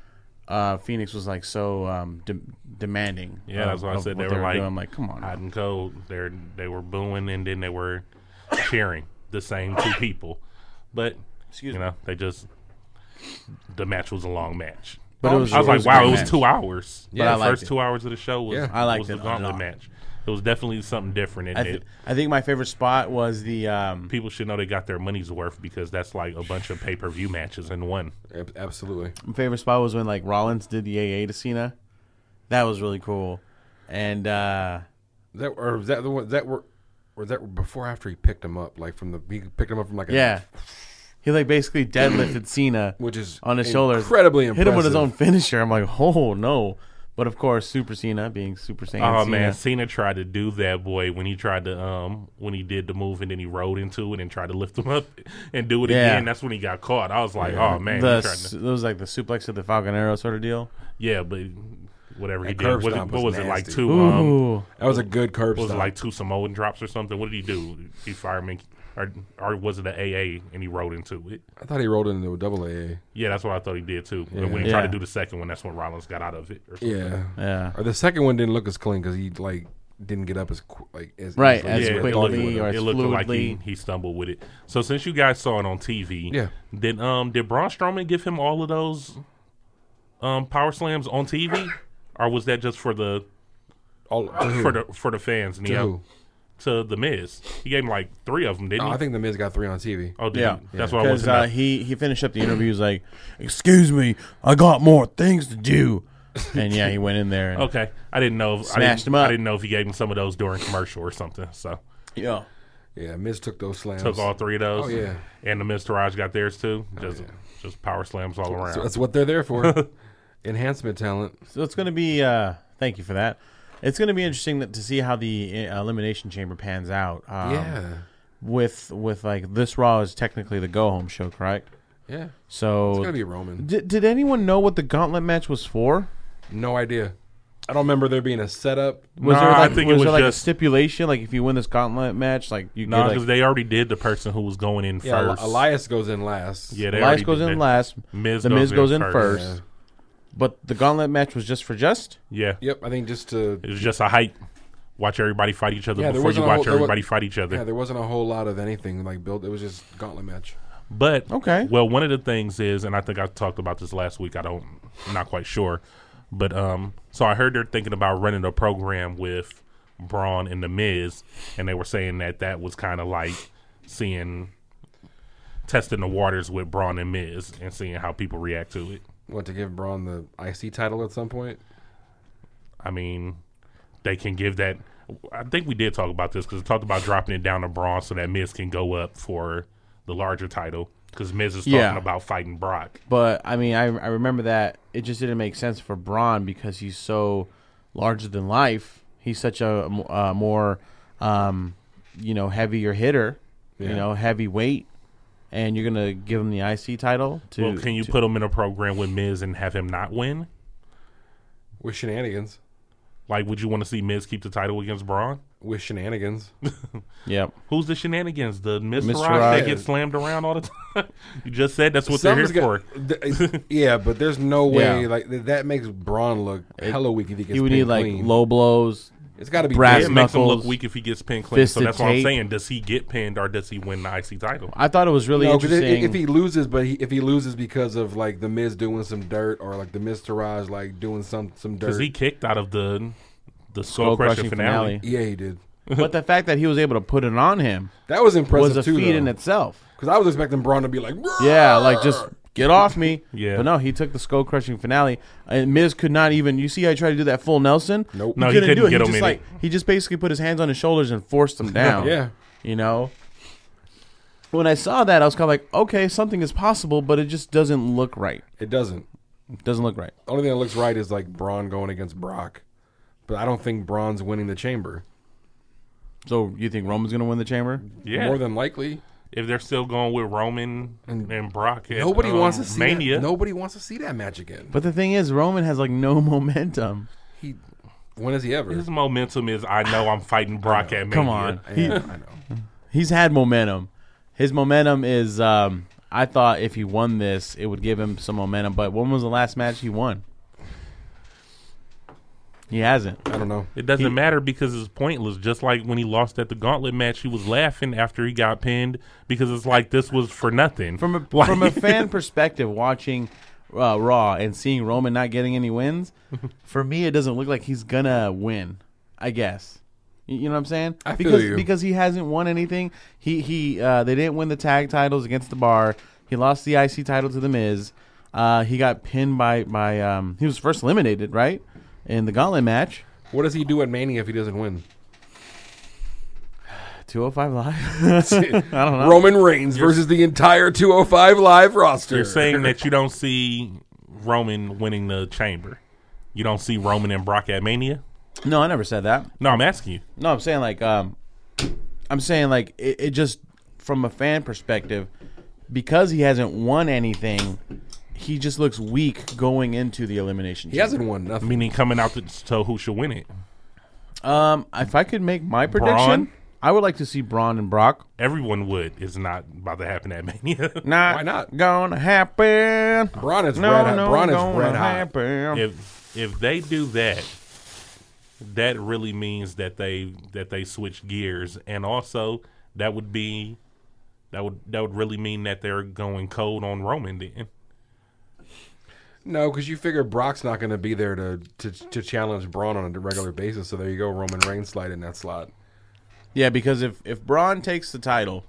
S2: uh, Phoenix was like so um, de- demanding.
S5: Yeah,
S2: of-
S5: that's why I
S2: of
S5: said
S2: what
S5: they were like-
S2: doing. I'm like, come on,
S5: hot and cold. They are they were booing and then they were cheering the same two people, but
S2: Excuse
S5: you
S2: me.
S5: know they just the match was a long match.
S2: But it was,
S5: I was
S2: it
S5: like,
S2: a
S5: wow,
S2: great
S5: it was
S2: match.
S5: two hours.
S2: But I
S5: Yeah, the
S2: liked
S5: first
S2: it.
S5: two hours of the show was
S3: Yeah.
S2: I liked
S5: was
S2: it
S5: the
S2: a
S5: gauntlet
S2: lot.
S5: match. It was definitely something different, and
S2: I, th-
S5: it,
S2: I think my favorite spot was the um,
S5: people should know they got their money's worth because that's like a bunch of pay per view matches in one.
S3: Ab- Absolutely.
S2: My favorite spot was when like Rollins did the AA to Cena. That was really cool. And uh
S3: That or was that the one that were or that before or after he picked him up like from the he picked him up from like a
S2: yeah. He like basically deadlifted Cena
S3: Which is
S2: on his shoulders.
S3: incredibly
S2: Hit him with his
S3: impressive.
S2: own finisher. I'm like, "Oh no." But of course, Super Cena being Super Saiyan
S5: Oh
S2: Cena.
S5: man, Cena tried to do that boy when he tried to um when he did the move and then he rolled into it and tried to lift him up and do it
S2: Yeah.
S5: again. That's when he got caught. I was like, oh man, he
S2: The,
S5: tried
S2: su-
S5: to,
S2: it was like the suplex of the Falcon Arrow sort of deal.
S5: yeah, but whatever he
S3: That
S5: did,
S3: curb
S5: was it,
S3: stomp
S5: what
S3: was
S5: was it like
S3: nasty.
S5: two? Um, what
S2: Ooh.
S3: That was a good curb
S5: was it
S3: stomp.
S5: like two Samoan drops or something? What did he do? He fired me, or or was it an AA and he rolled into it?
S3: I thought he rolled into a double A.
S5: Yeah, that's what I thought he did too. And when he tried
S2: Yeah.
S5: to do the second one, that's when Rollins got out of it. Or something.
S3: Yeah.
S2: Yeah.
S3: Or the second one didn't look as clean because he like didn't get up as qu- like as
S2: Right,
S3: easily.
S2: as
S5: yeah,
S2: quickly
S5: it looked,
S2: or as
S5: it looked like he,
S2: fluidly.
S5: he stumbled with it. So since you guys saw it on TV,
S3: Yeah.
S5: did um did Braun Strowman give him all of those um power slams on TV, or was that just for the
S3: All, to who?
S5: for the for the fans?
S3: To
S5: Neo
S3: who?
S5: to the Miz, he gave him like three of them, didn't
S3: No,
S5: he?
S3: I think the Miz got three on TV.
S5: oh, did
S2: Yeah.
S5: he? that's what I was.
S2: Because uh, he he finished up the interview. He was like, "Excuse me, I got more things to do." And yeah, he went in there. And,
S5: Okay, I didn't know. If, I
S2: Smashed
S5: didn't,
S2: him up.
S5: I didn't know if he gave him some of those during commercial or something. So
S2: Yeah.
S3: Yeah, Miz took those slams.
S5: took all three of those.
S3: Oh, yeah. Oh,
S5: and the Miz Taraj got theirs too. Just just power slams all around.
S3: So that's what they're there for. Enhancement talent.
S2: So it's going to be. Uh, thank you for that. It's going to be interesting that, to see how the uh, elimination chamber pans out. Um,
S3: yeah.
S2: With with like this Raw is technically the go home show, correct?
S3: Yeah.
S2: So
S3: It's gonna be Roman.
S2: Did, did anyone know what the gauntlet match was for?
S3: No idea. I don't remember there being a setup.
S2: Was
S5: Nah,
S2: there
S5: I
S2: like
S5: think it
S2: was,
S5: was
S2: there like
S5: just-
S2: a stipulation like if you win this gauntlet match like you
S5: No,
S2: get
S5: because
S2: like
S5: they already did the person who was going in
S3: Yeah, Eli-
S5: first.
S3: Elias goes in last.
S5: yeah, they
S2: Elias
S5: already
S2: goes
S5: did
S2: in
S5: that.
S2: last,
S5: Miz
S2: the
S5: goes
S2: Miz
S5: in
S2: goes in
S5: first.
S2: first.
S3: Yeah.
S2: But the gauntlet match was just for just.
S5: Yeah,
S3: Yep. I think just to
S5: it was just a hype. Watch everybody fight each other
S3: Yeah, there
S5: before you
S3: wasn't a
S5: watch
S3: whole- there wa-
S5: everybody fight each other.
S3: yeah, there wasn't a whole lot of anything like built. It was just gauntlet match.
S5: But
S2: Okay.
S5: well, one of the things is, and I think I talked about this last week. I don't, I'm not quite sure, but um, so I heard they're thinking about running a program with Braun and the Miz, and they were saying that that was kind of like seeing testing the waters with Braun and Miz and seeing how people react to it.
S3: What to give Braun the IC title at some point?
S5: I mean, they can give that. I think we did talk about this because we talked about dropping it down to Braun so that Miz can go up for the larger title because Miz is talking
S2: Yeah.
S5: about fighting Brock.
S2: But I mean, I I remember that it just didn't make sense for Braun because he's so larger than life. He's such a, m- uh more, um, you know, heavier hitter. You
S3: Yeah.
S2: know, heavy weight, and you're gonna give him the IC title to.
S5: Well, can you
S2: to-
S5: put him in a program with Miz and have him not win?
S3: With shenanigans.
S5: Like, would you want to see Miz keep the title against Braun?
S3: With shenanigans.
S2: Yep.
S5: Who's the shenanigans? The Miz
S2: Mr.
S5: Taraj that
S3: Taraj.
S5: gets slammed around all the time? you just said that's what
S3: Something's
S5: they're here
S3: got- th- yeah, but there's no way
S2: Yeah.
S3: like th- that makes Braun look hella weak if he gets.
S2: He would
S3: pinned
S2: need like
S3: clean.
S2: low blows.
S3: It's got to be
S5: for.
S2: brass
S5: It
S3: big.
S5: makes him look
S2: knuckles,
S5: weak if he gets pinned clean. So
S2: fisted
S5: that's what I'm
S2: tape.
S5: saying. Does he get pinned or does he win the IC title?
S2: I thought it was really
S3: No, 'cause i-
S2: interesting.
S3: if he loses, but he, if he loses because of like the Miz doing some dirt or like the Miz Taraj like doing some some
S5: Because
S3: dirt.
S5: he kicked out of the the skull crusher
S2: crushing
S5: finale.
S2: finale.
S3: yeah, he did.
S2: but the fact that he was able to put it on him
S3: That was impressive
S2: was a
S3: too.
S2: feat in itself.
S3: Because I was expecting Braun to be like, "Rah!"
S2: Yeah, like just get off me.
S5: Yeah.
S2: But no, he took the skull crushing finale. And Miz could not even. You see, how he tried to do that full Nelson.
S3: Nope.
S5: No, he
S2: couldn't
S5: couldn't
S2: do it.
S5: get
S2: he
S5: him
S2: just
S5: in
S2: like he just basically put his hands on his shoulders and forced him down.
S3: Yeah.
S2: You know. When I saw that, I was kind of like, okay, something is possible, but it just doesn't look right.
S3: It doesn't.
S2: It doesn't look right.
S3: only thing that looks right is like Braun going against Brock, but I don't think Braun's winning the chamber.
S2: So you think Roman's gonna win the chamber?
S5: Yeah.
S3: More than likely,
S5: if they're still going with Roman and, Brock, at,
S3: nobody
S5: um,
S3: wants to see
S5: Mania.
S3: That, nobody wants to see that match again. But
S2: But the thing is, Roman has like no momentum.
S3: he, when has he ever?
S5: His momentum is I know I'm fighting Brock at Mania.
S2: Come on, he,
S3: Yeah, I know.
S2: he's had momentum. His momentum is. Um, I thought if he won this, it would give him some momentum. But when was the last match he won? He hasn't.
S3: I don't know.
S5: It doesn't matter because it's pointless. Just like when he lost at the gauntlet match, he was laughing after he got pinned because it's like this was for nothing.
S2: From a
S5: Like-
S2: from a fan perspective, watching uh, Raw and seeing Roman not getting any wins, for me, it doesn't look like he's gonna win. I guess. You you know what I'm saying?
S3: I feel
S2: because
S3: you.
S2: because he hasn't won anything. He he uh, they didn't win the tag titles against the Bar. He lost the IC title to the Miz. Uh, he got pinned by by um, he was first eliminated right in the Gauntlet match.
S3: What does he do at Mania if he doesn't win?
S2: 205 live.
S3: I don't know. Roman Reigns versus the entire 205 Live roster.
S5: You're saying that you don't see Roman winning the chamber. You don't see Roman and Brock at Mania.
S2: no, I never said that.
S5: No, I'm asking you.
S2: No, I'm saying like um, I'm saying like it, it just from a fan perspective, because he hasn't won anything, he just looks weak going into the elimination.
S3: he hasn't won nothing.
S5: Meaning coming out to so who should win it.
S2: Um, if I could make my prediction,
S5: Braun?
S2: I would like to see Braun and Brock.
S5: Everyone would. It's not about to happen at Mania.
S2: Not
S3: Why not?
S2: gonna happen?
S3: Braun is red hot. Braun is
S2: gonna
S3: red hot.
S2: happen.
S5: if if they do that, that really means that they that they switch gears, and also that would be that would that would really mean that they're going cold on Roman. Then
S3: No, because you figure Brock's not going to be there to, to to challenge Braun on a regular basis. So there you go, Roman Reigns slide in that slot.
S2: Yeah, because if if Braun takes the title,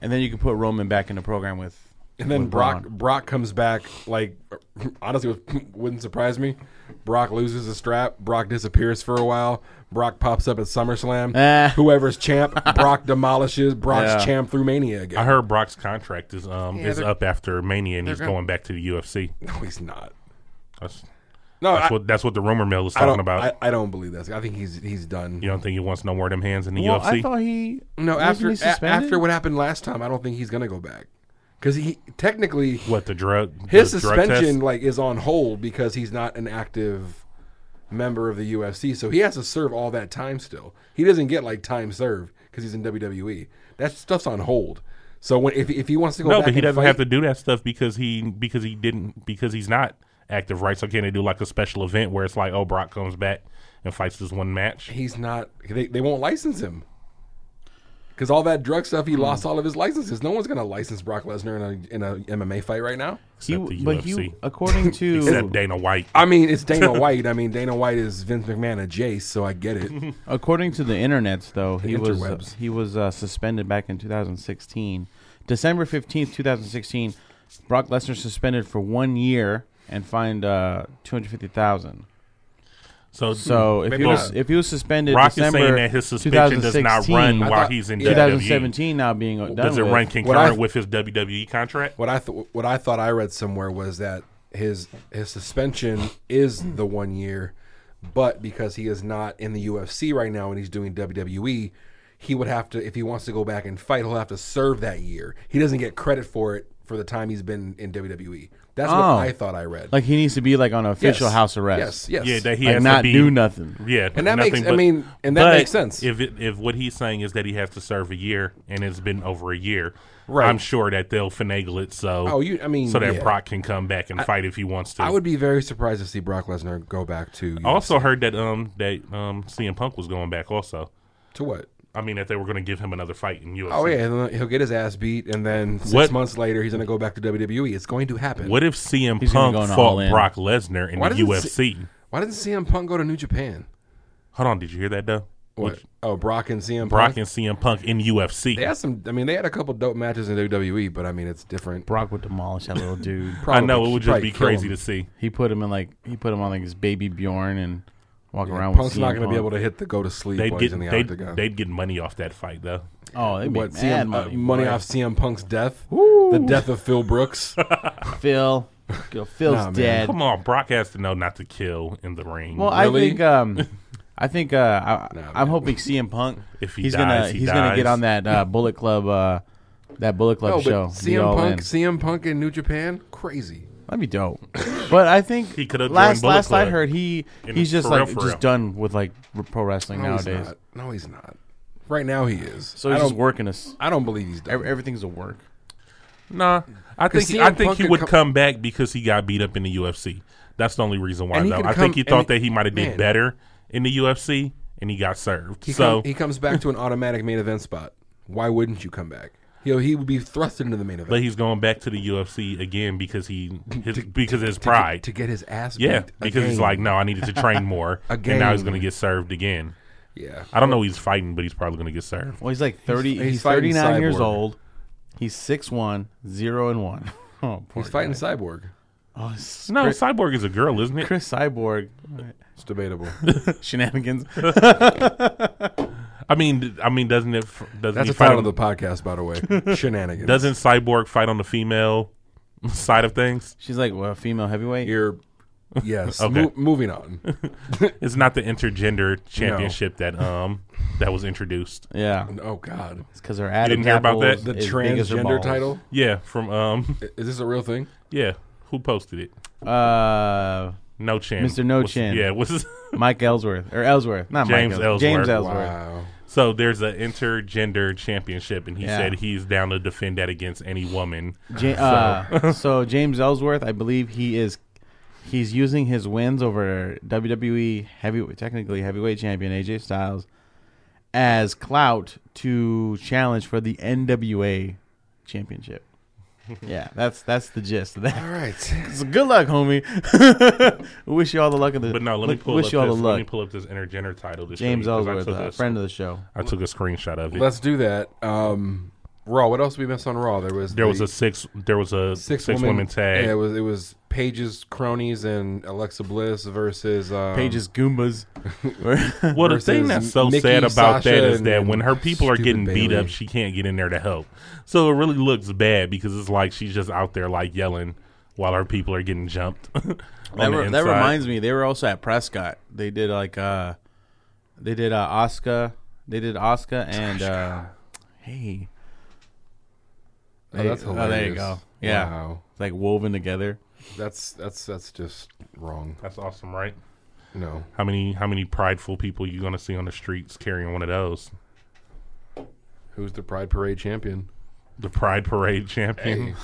S2: and then you can put Roman back in the program with.
S3: And then
S2: with
S3: Brock Brock comes back like honestly it wouldn't surprise me. Brock loses the strap. Brock disappears for a while. Brock pops up at SummerSlam.
S2: Eh.
S3: Whoever's champ, Brock demolishes Brock's
S2: Yeah.
S3: champ through Mania again.
S5: I heard Brock's contract is um is
S3: they're-
S5: up after Mania, and he's
S3: gonna-
S5: going back to the UFC.
S3: no, he's not.
S5: That's,
S3: No,
S5: that's
S3: I,
S5: what that's what the rumor mill is
S3: I
S5: talking
S3: don't.
S5: about.
S3: I, I don't believe that. I think he's he's done.
S5: you don't think he wants no more of them hands in the
S2: Well, I
S5: UFC?
S2: thought he
S3: No,
S2: wasn't
S3: after
S2: he
S3: a-
S2: suspended?
S3: after what happened last time, I don't think he's gonna go back because he technically
S5: what the drug
S3: his
S5: the drug
S3: suspension
S5: test?
S3: like is on hold because he's not an active member of the UFC, so he has to serve all that time still. He doesn't get like time served because he's in WWE. That stuff's on hold. So when if, if he wants to go
S5: No,
S3: back
S5: but he
S3: and
S5: doesn't
S3: fight,
S5: have to do that stuff because he because he didn't because he's not active, right? So can they do like a special event where it's like, oh, Brock comes back and fights this one match?
S3: he's not. They, they won't license him because all that drug stuff. He
S5: Hmm.
S3: lost all of his licenses. No one's gonna license Brock Lesnar in a in a MMA fight right now.
S2: he,
S5: Except the
S2: but
S5: UFC.
S2: he according to
S5: Except Dana White.
S3: I mean, it's Dana White. I mean, Dana White is Vince McMahon a Jace, so I get it.
S2: According to the internets, though, he was
S3: interwebs.
S2: he was uh, suspended back in 2016, December 15th, 2016. Brock Lesnar suspended for one year and fined uh, 250,000.
S5: So
S2: So if
S3: Maybe
S2: he was
S3: not.
S2: if he was suspended,
S5: Brock is
S2: December
S5: saying that his suspension does not
S2: 2016,
S5: run while
S3: thought-
S5: he's in
S3: yeah.
S2: 2017
S5: 2017.
S2: now being done
S5: Does it
S2: with.
S5: run
S3: What I-
S5: concurrent with his WWE contract?
S3: What I th- what I thought I read somewhere was that his his suspension is the one year, but because he is not in the UFC right now and he's doing WWE, he would have to if he wants to go back and fight, he'll have to serve that year. He doesn't get credit for it for the time he's been in WWE. That's
S2: Oh.
S3: what I thought I read.
S2: like he needs to be like on
S3: Yes.
S2: official house arrest.
S3: Yes, yes.
S5: Yeah, that he
S2: Like,
S5: has
S2: not
S5: to be,
S2: do nothing.
S5: Yeah,
S3: And that
S5: nothing
S3: makes- I
S5: but-
S3: mean, and that
S5: but
S3: makes sense.
S5: If it, if what he's saying is that he has to serve a year and it's been over a year,
S3: Right.
S5: I'm sure that they'll finagle it so.
S3: Oh, you- I mean,
S5: so that
S3: yeah.
S5: Brock can come back and fight if he wants to.
S3: I would be very surprised to see Brock Lesnar go back to
S5: I also heard that um that um CM Punk was going back also.
S3: to what?
S5: I mean that they were going to give him another fight in UFC.
S3: Oh yeah, and then he'll get his ass beat, and then six
S5: What-
S3: months later he's gonna go back to WWE. It's going to happen.
S5: What if CM
S2: He's gonna
S5: Punk
S2: go in all
S5: fought
S2: in.
S5: Brock Lesnar in
S3: Why
S5: the
S3: doesn't
S5: UFC?
S3: Why didn't CM Punk go to New Japan?
S5: Hold on, did you hear that though?
S3: What? Oh, Brock and CM.
S5: Brock
S3: Punk?
S5: and CM Punk in UFC.
S3: They had some. I mean, they had a couple dope matches in WWE, but I mean, it's different.
S2: Brock would demolish that little dude.
S5: I know it would just
S3: Probably
S5: be
S3: kill
S5: crazy
S3: him.
S5: to see.
S2: He put him in like he put him on like his baby Bjorn and walk around.
S3: Punk's
S2: with
S3: not
S2: CM
S3: going to be
S2: Punk.
S3: able to hit the go to sleep
S5: They'd
S3: while he's
S5: get
S3: in the
S5: they'd,
S3: octagon.
S5: they'd get money off that fight though.
S2: Oh, they'd be
S3: what
S2: mad
S3: CM, money,
S2: money,
S3: money
S2: boy.
S3: off CM Punk's death? The death of Phil Brooks.
S2: Phil. Go- Phil's
S3: Nah, man.
S2: dead.
S5: Come on, Brock has to know not to kill in the ring.
S2: Well, I
S3: Really?
S2: think um, I think uh, I,
S3: Nah,
S2: I'm
S3: man.
S2: hoping CM Punk
S5: If he
S2: he's gonna
S5: dies, he
S2: he's gonna get
S5: dies.
S2: on that uh, Bullet Club uh, that Bullet Club
S3: no,
S2: show.
S3: but
S2: Be all
S3: CM Punk,
S2: in.
S3: CM Punk in New Japan, crazy.
S2: That'd be dope. But I think
S5: He could've
S2: last
S5: joined Bullet
S2: last I
S5: Club.
S2: heard he
S5: In-
S2: he's just
S5: for real,
S2: like
S5: for
S2: just
S5: real.
S2: done with like r- pro wrestling
S3: No, he's
S2: nowadays.
S3: not. No, he's not. Right now, he is.
S2: So
S3: I
S2: he's
S3: don't.
S2: just working us.
S3: I don't believe he's done.
S2: Ev- Everything's a work.
S5: nah, I think
S3: 'Cause
S5: he- I
S3: CM
S5: think
S3: Punk
S5: he
S3: could
S5: would
S3: come-
S5: come back because he got beat up in the UFC. That's the only reason why.
S3: And he
S5: Though
S3: could
S5: I
S3: come-
S5: think he
S3: and
S5: thought
S3: he-
S5: that he might have did
S3: man.
S5: better in the UFC, and he got served.
S3: He,
S5: so
S3: come- he comes back to an automatic main event spot. Why wouldn't you come back? He he would be thrust into the main event
S5: But he's going back to the UFC again because he his,
S3: To-
S5: because of his
S3: to,
S5: pride.
S3: get, to get his ass.
S5: yeah,
S3: beat
S5: because he's
S3: again.
S5: like, no, I needed to train more, and now he's
S3: Again.
S5: going to get served again.
S3: yeah.
S5: I don't know who he's fighting, but he's probably going to get served.
S2: Well, he's like thirty. He's,
S3: he's fighting
S2: 39 years
S3: Cyborg.
S2: old. He's 6'1", 0 and one. Oh, poor
S3: He's fighting Cyborg.
S2: guy. Oh, it's
S5: No, Cyborg is a girl, isn't it?
S2: Chris Cyborg
S3: It's debatable.
S2: shenanigans.
S5: I mean, d- I mean, doesn't it? f- Doesn't
S3: That's
S5: he
S3: the
S5: fight
S3: title
S5: on,
S3: of the podcast, by the way. Shenanigans.
S5: Doesn't Cyborg fight on the female side of things?
S2: She's like well, female heavyweight.
S3: You're yes.
S5: Okay.
S3: Mo- moving on.
S5: It's not the intergender championship that um that was introduced.
S2: yeah,
S3: Oh God,
S2: because her Adam's
S5: didn't hear about
S2: apple
S5: that?
S2: is
S3: the
S2: as big as her
S3: transgender
S2: balls.
S3: title
S5: Yeah, from um
S3: I- is this a real thing?
S5: yeah, who posted it?
S2: Uh,
S5: No chin,
S2: Mr. No
S5: What's-
S2: Chin.
S5: Yeah, what's his-
S2: Mike Ellsworth or Ellsworth, not
S5: James
S2: Mike Ellsworth. James
S5: Ellsworth.
S2: Ellsworth.
S3: Wow.
S5: So there's an intergender championship, and he
S2: Yeah.
S5: said he's down to defend that against any woman.
S2: Ja- uh, so James Ellsworth, I believe he is he's using his wins over WWE heavy technically heavyweight champion AJ Styles as clout to challenge for the NWA championship. Yeah, that's that's the gist of that.
S3: All right.
S2: So good luck, homie. wish you all the luck of the
S5: But no, let me
S2: look-
S5: pull
S2: wish
S5: up
S2: you all
S5: this,
S2: the
S5: let
S2: luck.
S5: me pull up this intergender title. To show
S2: James
S5: you, 'cause I
S2: Ellsworth,
S5: took Um,
S2: uh,
S5: a-
S2: friend of the show.
S5: I took a screenshot of it.
S3: Let's do that. Um, Raw. What else did we miss on Raw? There was
S5: there was
S3: the
S5: a six. There was a six, women, tag.
S3: Yeah, it was it was Paige's cronies and Alexa Bliss versus um,
S2: Pages Goombas.
S5: well, the
S3: versus
S5: thing that's so
S3: Mickey,
S5: sad about
S3: Sasha,
S5: that is
S3: and-
S5: that when her people are
S3: stupid
S5: getting beat
S3: Bayley.
S5: up, she can't get in there to help. So it really looks bad because it's like she's just out there like yelling while her people are getting jumped. on
S2: That,
S5: the
S2: re- that
S5: inside.
S2: reminds me, they were also at Prescott. They did like uh, they did uh, Oscar, they did Oscar and uh, hey,
S3: Oh, that's
S2: Oh, there you
S3: hilarious.
S2: go. Yeah.
S3: Wow.
S2: it's like woven together.
S3: That's that's that's just wrong.
S5: That's awesome, right?
S3: No.
S5: How many how many prideful people you gonna see on the streets carrying one of those?
S3: Who's the Pride Parade champion?
S5: The Pride Parade champion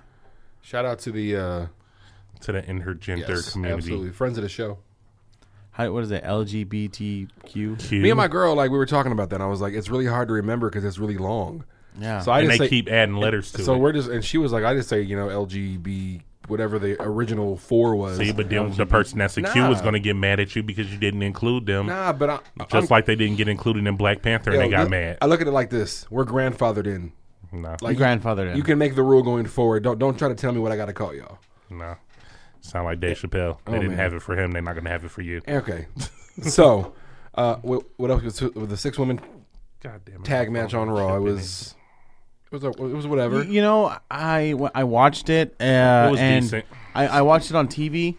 S3: Shout out to the uh,
S5: to the intergender
S3: yes,
S5: community.
S3: absolutely friends of the show.
S2: How, what is it? LGBTQ.
S5: Cute.
S3: Me and my girl, like we were talking about that. And I was like, it's really hard to remember because it's really long.
S2: Yeah.
S3: So I
S5: and
S3: just
S5: they
S3: say,
S5: keep adding letters to
S3: so
S5: it.
S3: we're just and she was like, I just say you know LGB whatever the original four was.
S5: See, but then the person that's a Q is
S3: Nah.
S5: going to get mad at you because you didn't include them.
S3: nah, but I,
S5: Just like they didn't get included in Black Panther and they got mad.
S3: I look at it like this: we're grandfathered in.
S5: no,
S3: Like
S2: grandfather.
S3: You can make the rule going forward. Don't don't try to tell me what I got to call y'all.
S5: no. Sound like Dave Chappelle.
S2: Oh,
S5: They didn't
S3: man.
S5: have it for him. They're not going to have it for you.
S3: Okay. so, uh, what, what else was with the six woman
S5: God damn it.
S3: tag match on Raw? It was it was a, it was whatever.
S2: You know, I wa- I watched it. Uh,
S5: It was
S2: and
S5: decent.
S2: I, I watched it on TV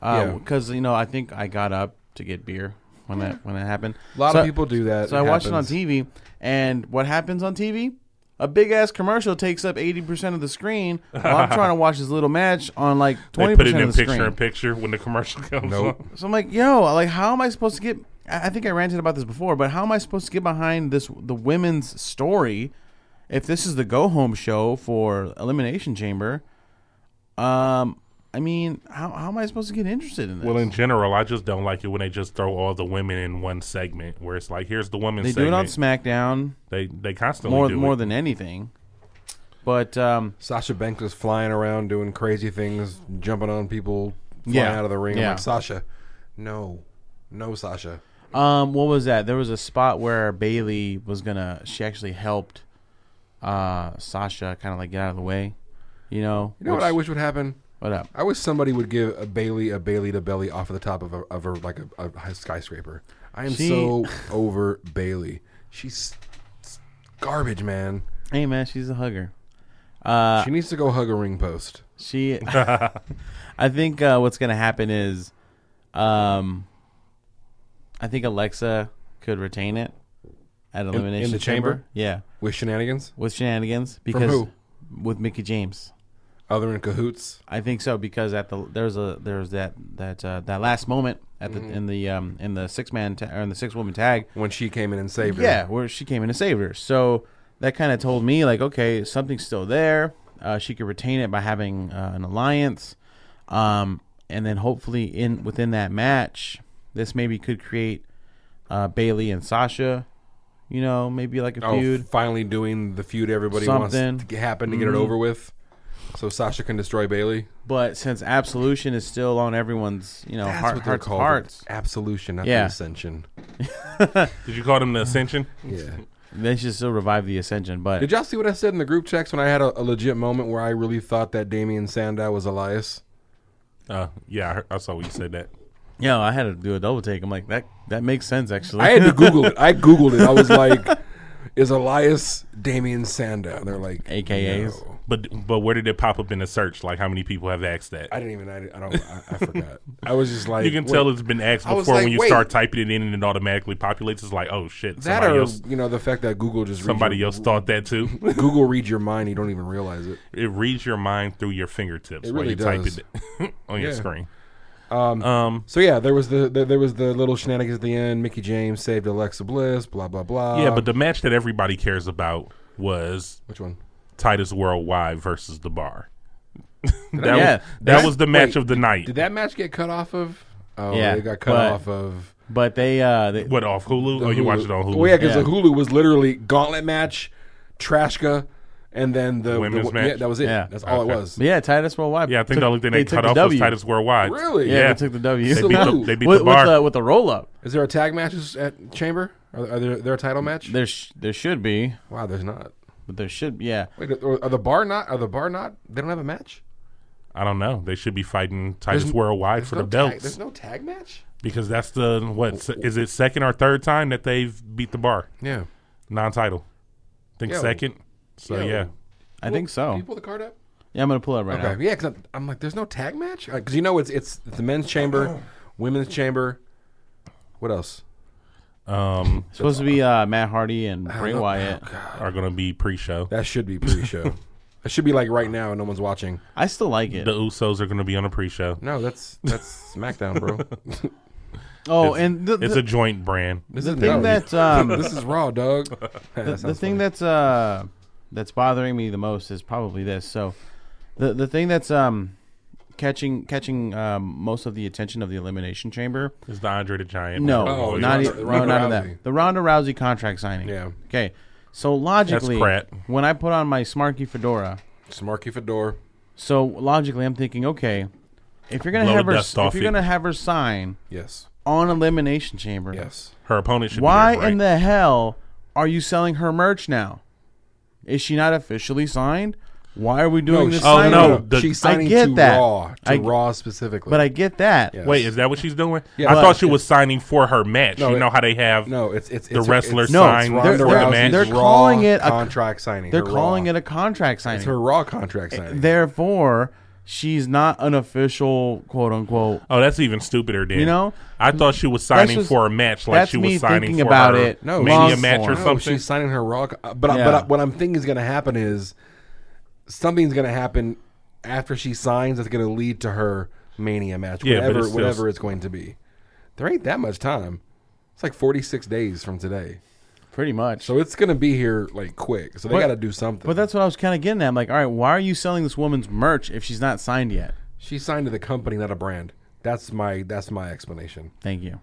S3: Yeah.
S2: because you know I think I got up to get beer when that when that happened.
S3: A lot
S2: So-
S3: of people do that.
S2: So I watched it on
S3: happens.
S2: TV, and what happens on TV? A big ass commercial takes up eighty percent of the screen. While I'm trying to watch this little match on like
S5: They
S2: twenty
S5: put it
S2: percent
S5: in
S2: of the
S5: picture
S2: screen.
S5: in picture when the commercial comes on.
S2: So I'm like, yo, like, how am I supposed to get? I I think I ranted about this before, but how am I supposed to get behind this the women's story if this is the go home show for Elimination Chamber? Um, I mean, how how am I supposed to get interested in this?
S5: Well, in general, I just don't like it when they just throw all the women in one segment where it's like, here's the women's
S2: they do it
S5: segment.
S2: on SmackDown
S5: they, they constantly
S2: more
S5: do
S2: more
S5: it.
S2: than anything, but um,
S3: Sasha Banks was flying around doing crazy things, jumping on people, flying
S2: Yeah.
S3: out of the ring. I'm
S2: Yeah.
S3: like Sasha, no, no Sasha.
S2: Um, what was that? There was a spot where Bailey was gonna. She actually helped uh, Sasha kind of like get out of the way. You know.
S3: You know what I wish would happen?
S2: What up?
S3: I wish somebody would give a Bailey a Bailey to belly off of the top of a, of a like a, a high skyscraper. I am
S2: She-
S3: so over Bailey. She's s- garbage, man.
S2: Hey man, she's a hugger. Uh,
S3: she needs to go hug a ring post.
S2: She, I think uh, what's gonna happen is, um, I think Alexa could retain it at elimination
S3: the chamber?
S2: Yeah,
S3: With shenanigans?
S2: with shenanigans because
S3: who?
S2: with Mickey James.
S3: Other in cahoots?
S2: I think so because at the there's a there's that that uh, that last moment at the
S3: Mm-hmm.
S2: in the um in the six man ta- or in the six woman tag.
S3: When she came in and saved her.
S2: Yeah, where she came in and saved her. So that kind of told me like, okay, something's still there. Uh, she could retain it by having uh, an alliance, um, and then hopefully in within that match, this maybe could create uh, Bailey and Sasha. You know, maybe like a
S3: Oh,
S2: feud.
S3: finally doing the feud everybody
S2: Something. Mm-hmm.
S3: wants to happen to get it over with. So Sasha can destroy Bailey.
S2: But since Absolution is still on everyone's, you know,
S3: That's
S2: heart,
S3: what they're
S2: hearts,
S3: called.
S2: hearts,
S3: Absolution, not
S2: Yeah.
S3: the ascension.
S5: Did you call them the Ascension?
S3: Yeah.
S2: they should still revive the Ascension. But
S3: Did y'all see what I said in the group checks when I had a, a legit moment where I really thought that Damian Sandow was Elias?
S5: Uh, yeah, I, heard, I saw you said that.
S2: Yeah, I had to do a double take. I'm like, that that makes sense actually.
S3: I had to Google it. I Googled it. I was like, is Elias Damian Sandow? And they're like,
S2: AKAs.
S3: no.
S5: But but where did it pop up in the search? Like how many people have asked that?
S3: I didn't even, I, I don't, I, I forgot. I was just like,
S5: you can
S3: wait,
S5: tell it's been asked
S3: I was
S5: before
S3: like,
S5: when you
S3: wait.
S5: start typing it in and it automatically populates. It's like, oh shit,
S3: that
S5: somebody
S3: or,
S5: else
S3: you know, the fact that Google just
S5: somebody
S3: reads your,
S5: else thought that too.
S3: Google reads your mind. You don't even realize it.
S5: it reads your mind through your fingertips
S3: It
S5: while
S3: really
S5: you
S3: does.
S5: type it on your
S3: Yeah.
S5: screen.
S3: So yeah, there was the, the there was the little shenanigans at the end. Mickey James saved Alexa Bliss. Blah blah blah.
S5: yeah, but the match that everybody cares about was
S3: which one?
S5: Titus Worldwide versus The Bar. that
S2: Yeah.
S5: was, that
S2: That-
S5: was the match
S3: wait,
S5: of the night.
S3: Did that match get cut off of? Oh,
S2: Yeah,
S3: yeah, it got cut
S2: but-
S3: off of.
S2: but they uh they,
S5: what off Hulu? Oh, you watched it on Hulu.
S3: Well, yeah, because
S2: Yeah.
S3: the Hulu was literally gauntlet match, Trashka, and then the the
S5: Women's
S3: wo- Yeah,
S5: match?
S3: that was it.
S2: Yeah.
S3: That's all it was.
S2: but yeah, Titus Worldwide.
S5: Yeah, I think
S2: took-
S5: the only thing they,
S2: took
S5: cut
S2: the
S5: off was
S2: W.
S5: Titus Worldwide.
S3: Really?
S2: Yeah,
S5: Yeah.
S2: they took the W.
S5: They beat the, they beat
S2: with, uh,
S5: the bar.
S2: With, the, with the roll up.
S3: Is there a tag matches at Chamber? Are, are there there a title match?
S2: There sh- there should be,
S3: wow, there's not.
S2: but there should yeah.
S3: Wait, are, are the bar not? Are the bar not? They don't have a match.
S5: I don't know. They should be fighting Titus
S3: There's-
S5: Worldwide
S3: There's
S5: for
S3: no
S5: the
S3: tag-
S5: belts
S3: there's no Oh. tag match.
S5: because that's the what se- is it second or third time that they've beat the bar
S3: Yeah.
S5: non-title. I think
S3: Yo.
S5: second. So
S3: Yo.
S5: yeah,
S2: I think so.
S3: Can you pull the card up?
S2: yeah, I'm gonna pull it up right
S3: Okay, yeah, because I'm like, there's no tag match because you know it's it's the men's chamber, women's chamber. What else?
S5: um,
S2: now. Supposed to be uh, Matt Hardy and Bray Wyatt.
S5: are going to be pre-show.
S3: That should be pre-show. that should be like right now, and no one's watching.
S2: I still like it.
S5: The Usos are going to be on a pre-show.
S3: No, that's that's SmackDown, bro.
S2: oh, and the,
S5: It's
S2: the-
S5: a joint brand.
S3: This
S2: The
S3: is
S2: thing
S3: no,
S2: that,
S3: this-
S2: um,
S3: this is raw, dog.
S2: the, the thing that's uh that's bothering me the most is probably this. So the the thing that's um catching catching um, most of the attention of the elimination chamber.
S5: It's the Andre the Giant.
S2: No,
S3: Oh, the
S2: not
S3: Ronda-
S2: e-
S3: the
S2: no,
S3: Ronda
S2: not in that.
S3: Rousey.
S2: The Ronda Rousey contract signing.
S3: Yeah.
S2: Okay. So logically,
S5: crap.
S2: when I put on my smarky fedora,
S3: Smarky Fedor.
S2: so logically I'm thinking, okay, if you're gonna
S5: Blow
S2: have
S5: the
S2: her,
S5: dust
S2: if
S5: off
S2: you're
S5: you.
S2: gonna have her sign
S3: Yes,
S2: on Elimination Chamber,
S3: yes.
S5: her opponent should.
S2: why
S5: be there, right?
S2: in the hell are you selling her merch now? Is she not officially signed? Why are we doing this?
S3: she's
S5: Oh,
S2: signing?
S5: no,
S3: signing-
S5: the-
S3: she's
S2: I
S3: signing
S2: get
S3: to
S2: that.
S3: Raw, to
S2: I-
S3: Raw specifically.
S2: But I get that.
S3: Yeah.
S5: Wait, is that what she's doing?
S3: Yeah.
S5: I
S3: But-
S5: thought she was signing for her match.
S3: No,
S5: you
S3: it-
S5: know how they have
S3: no, it's it's
S5: the
S3: it's,
S5: wrestler
S3: it's,
S2: No,
S5: signed
S2: it's
S5: for
S2: Ronda
S5: the
S2: they're-
S5: match.
S2: they're
S3: Raw
S2: calling it a-
S3: contract signing.
S2: They're
S3: her
S2: calling
S3: Raw.
S2: it a contract signing.
S3: It's her Raw contract signing.
S2: Therefore, she's not an official quote unquote.
S5: oh, that's even stupider. Then
S2: You know?
S5: I thought she was signing
S2: just-
S5: for a match, like
S2: that's
S5: she
S2: me
S5: was signing
S2: thinking
S5: for
S2: about
S5: her
S2: it.
S3: No,
S5: mania
S2: she's-
S5: match or
S2: no,
S3: No,
S5: something.
S3: she's signing her raw. co- But I-
S2: Yeah.
S3: but I, what I'm thinking is going to happen is something's going to happen after she signs that's going to lead to her mania match,
S5: Yeah, but
S3: whatever
S5: it's still-
S3: whatever it's going to be. There ain't that much time. It's like 46 days from today,
S2: Pretty much.
S3: so it's going to be here like quick. So they
S2: But-
S3: got to do something.
S2: But that's what I was kind of getting at. I'm like, all right, why are you selling this woman's merch if she's not signed yet?
S3: she signed to the company, not a brand. That's my that's my explanation,
S2: Thank you.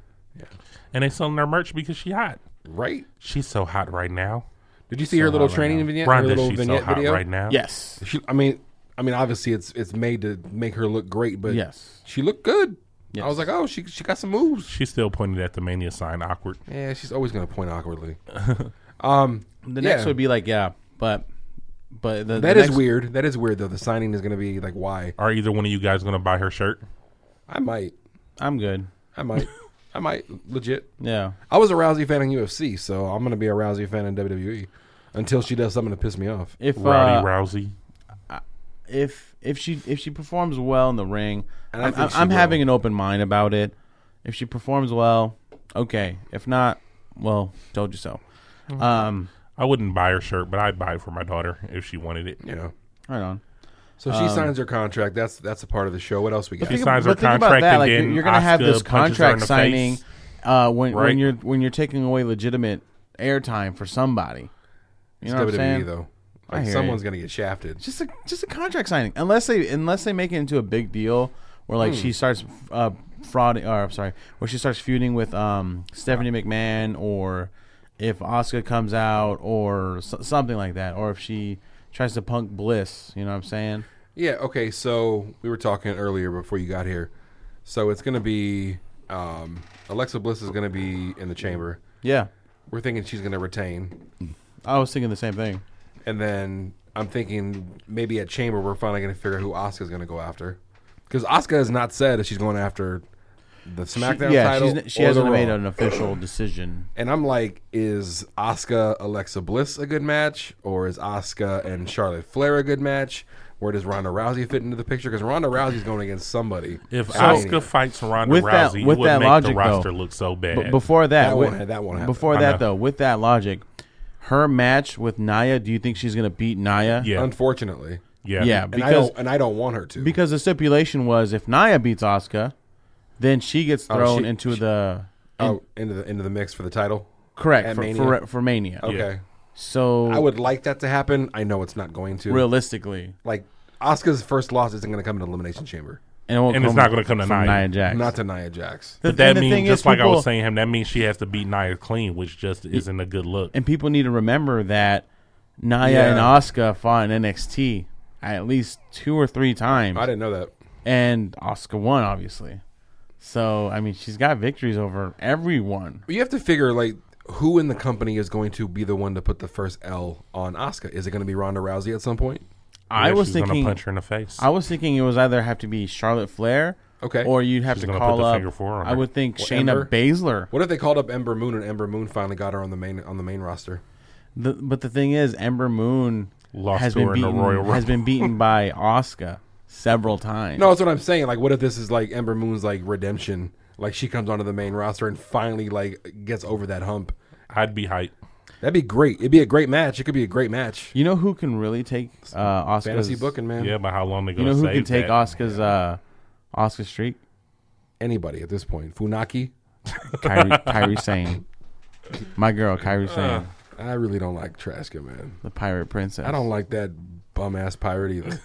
S5: and they selling her merch because she hot.
S3: right?
S5: She's so hot right now.
S3: Did you see her little training vignette? her
S5: Rhonda,
S3: little
S5: she's so
S3: vignette
S5: hot
S3: video?
S5: right now.
S2: Yes.
S3: She, I mean, I mean, obviously it's it's made to make her look great, but
S2: Yes.
S3: she looked good. I was like, oh, she she got some moves.
S5: She's still pointed at the mania sign awkward.
S3: Yeah, she's always going to point awkwardly.
S2: The next
S3: Yeah.
S2: would be like, yeah, but but the,
S3: That
S2: the
S3: is
S2: next-
S3: weird. That is weird though. The signing is going to be like, why?
S5: Are either one of you guys going to buy her shirt?
S3: I might,
S2: I'm good.
S3: I might, I might legit.
S2: Yeah,
S3: I was a Rousey fan in UFC, so I'm going to be a Rousey fan in WWE until she does something to piss me off.
S2: if
S5: Rowdy
S2: uh,
S5: Rousey.
S2: if if she if she performs well in the ring,
S3: And I
S2: I'm,
S3: think she
S2: I'm
S3: will.
S2: having an open mind about it. If she performs well, okay. If not, well, told you so. Um,
S5: I wouldn't buy her shirt, but I'd buy it for my daughter if she wanted it.
S3: Yeah.
S2: right on.
S3: So she signs her contract. That's that's a part of the show. What else we got?
S5: She
S2: Think
S5: signs
S2: ab-
S5: her
S2: but think
S5: contract and
S2: Like,
S5: then
S2: you're, you're gonna have
S5: Asuka
S2: this
S5: punches her in
S2: contract
S5: the
S2: signing
S5: face.
S2: uh, when
S5: Right.
S2: when you're when you're taking away legitimate airtime for somebody. You know what
S3: WWE
S2: I'm saying?
S3: E, though.
S2: I
S3: Like
S2: hear
S3: someone's going to get shafted.
S2: Just a just a contract signing, unless they unless they make it into a big deal where like she starts uh, frauding or I'm sorry, where she starts feuding with um, Stephanie McMahon, or if Oscar comes out, or s- something like that, or if she tries to punk Bliss. You know what I'm saying?
S3: Yeah. Okay. So we were talking earlier before you got here. So it's going to be um, Alexa Bliss is going to be in the chamber.
S2: Yeah,
S3: We're thinking she's going to retain,
S2: I was thinking the same thing.
S3: and then I'm thinking maybe at chamber we're finally going to figure out who Oscar's going to go after, because Oscar has not said if she's going after the SmackDown
S2: yeah,
S3: title.
S2: she's, she
S3: or the
S2: hasn't
S3: Raw.
S2: made an official decision.
S3: And I'm like, is Oscar Alexa Bliss a good match, or is Oscar and Charlotte Flair a good match? Where does Ronda Rousey fit into the picture? Because Ronda Rousey's going against somebody.
S5: If
S3: So-
S5: Oscar fights Ronda
S2: with that-
S5: Rousey,
S2: with
S5: it would
S2: that
S5: make
S2: logic,
S5: the roster
S2: though,
S5: look so bad.
S2: But before that,
S3: That won't
S2: with-
S3: ha- that won't happen.
S2: Before
S5: I
S2: that,
S5: know.
S2: though, with that logic, her match with Naya, do you think she's going to beat Naya?
S5: yeah,
S3: unfortunately,
S5: yeah,
S2: yeah,
S3: and I
S2: Because-
S3: don't and I don't want her to.
S2: Because the stipulation was if Naya beats Asuka, then she gets
S3: Oh,
S2: thrown
S3: she-
S2: into the uh,
S3: oh, into the into the mix for the title.
S2: correct
S3: At
S2: for,
S3: Mania?
S2: for for Mania.
S3: Okay,
S2: So
S3: I would like that to happen. I know it's not going to.
S2: realistically,
S3: Like Oscar's first loss isn't going to come in the elimination chamber,
S2: and, it won't
S5: And it's
S2: come
S5: not gonna come to
S2: from
S5: Nia.
S2: Nia Jax.
S3: not to Nia Jax.
S2: The-
S5: But that
S2: and the thing
S5: means,
S2: is,
S5: just like I
S2: people-
S5: was saying, him that means she has to beat Nia clean, which just isn't a good look.
S2: and people need to remember that Naya
S3: Yeah.
S2: and Asuka fought in NXT at least two or three times.
S3: I didn't know that.
S2: and Oscar won, obviously. So I mean, she's got victories over everyone.
S3: But you have to figure like who in the company is going to be the one to put the first L on Oscar. Is it going to be Ronda Rousey at some point?
S2: I
S5: Yeah,
S2: was
S5: she's gonna
S2: thinking,
S5: punch her in the face.
S2: I was thinking it was either have to be Charlotte Flair,
S3: Okay.
S2: or you'd have
S5: She's
S2: to
S5: gonna
S2: call
S5: put the
S2: up.
S5: finger four on
S2: I
S5: her.
S2: would think
S3: Or
S2: Shayna
S3: Ember.
S2: Baszler.
S3: What if they called up Ember Moon and Ember Moon finally got her on the main on the main roster?
S2: The, but the thing is, Ember Moon
S5: Lost
S2: has
S5: to
S2: been
S5: her in the
S2: beaten
S5: Royal
S2: has
S5: Rumble.
S2: been beaten by Oscar several times.
S3: No, that's what I'm saying. Like, what if this is like Ember Moon's like redemption? Like she comes onto the main roster and finally like gets over that hump.
S5: I'd be hyped.
S3: That'd be great. It'd be a great match. It could be a great match.
S2: you know who can really take uh, Oscar's
S3: Fantasy booking, man.
S5: Yeah, but how long they
S2: You
S5: going
S2: know
S5: to
S2: who
S5: save
S2: can take
S5: that?
S2: Oscar's uh, Oscar streak?
S3: Anybody at this point. Funaki.
S2: Kyrie, Kyrie Sane, my girl Kyrie
S5: Uh.
S2: Sane,
S3: I really don't like Traska, man.
S2: the pirate princess.
S3: I don't like that bum ass pirate either.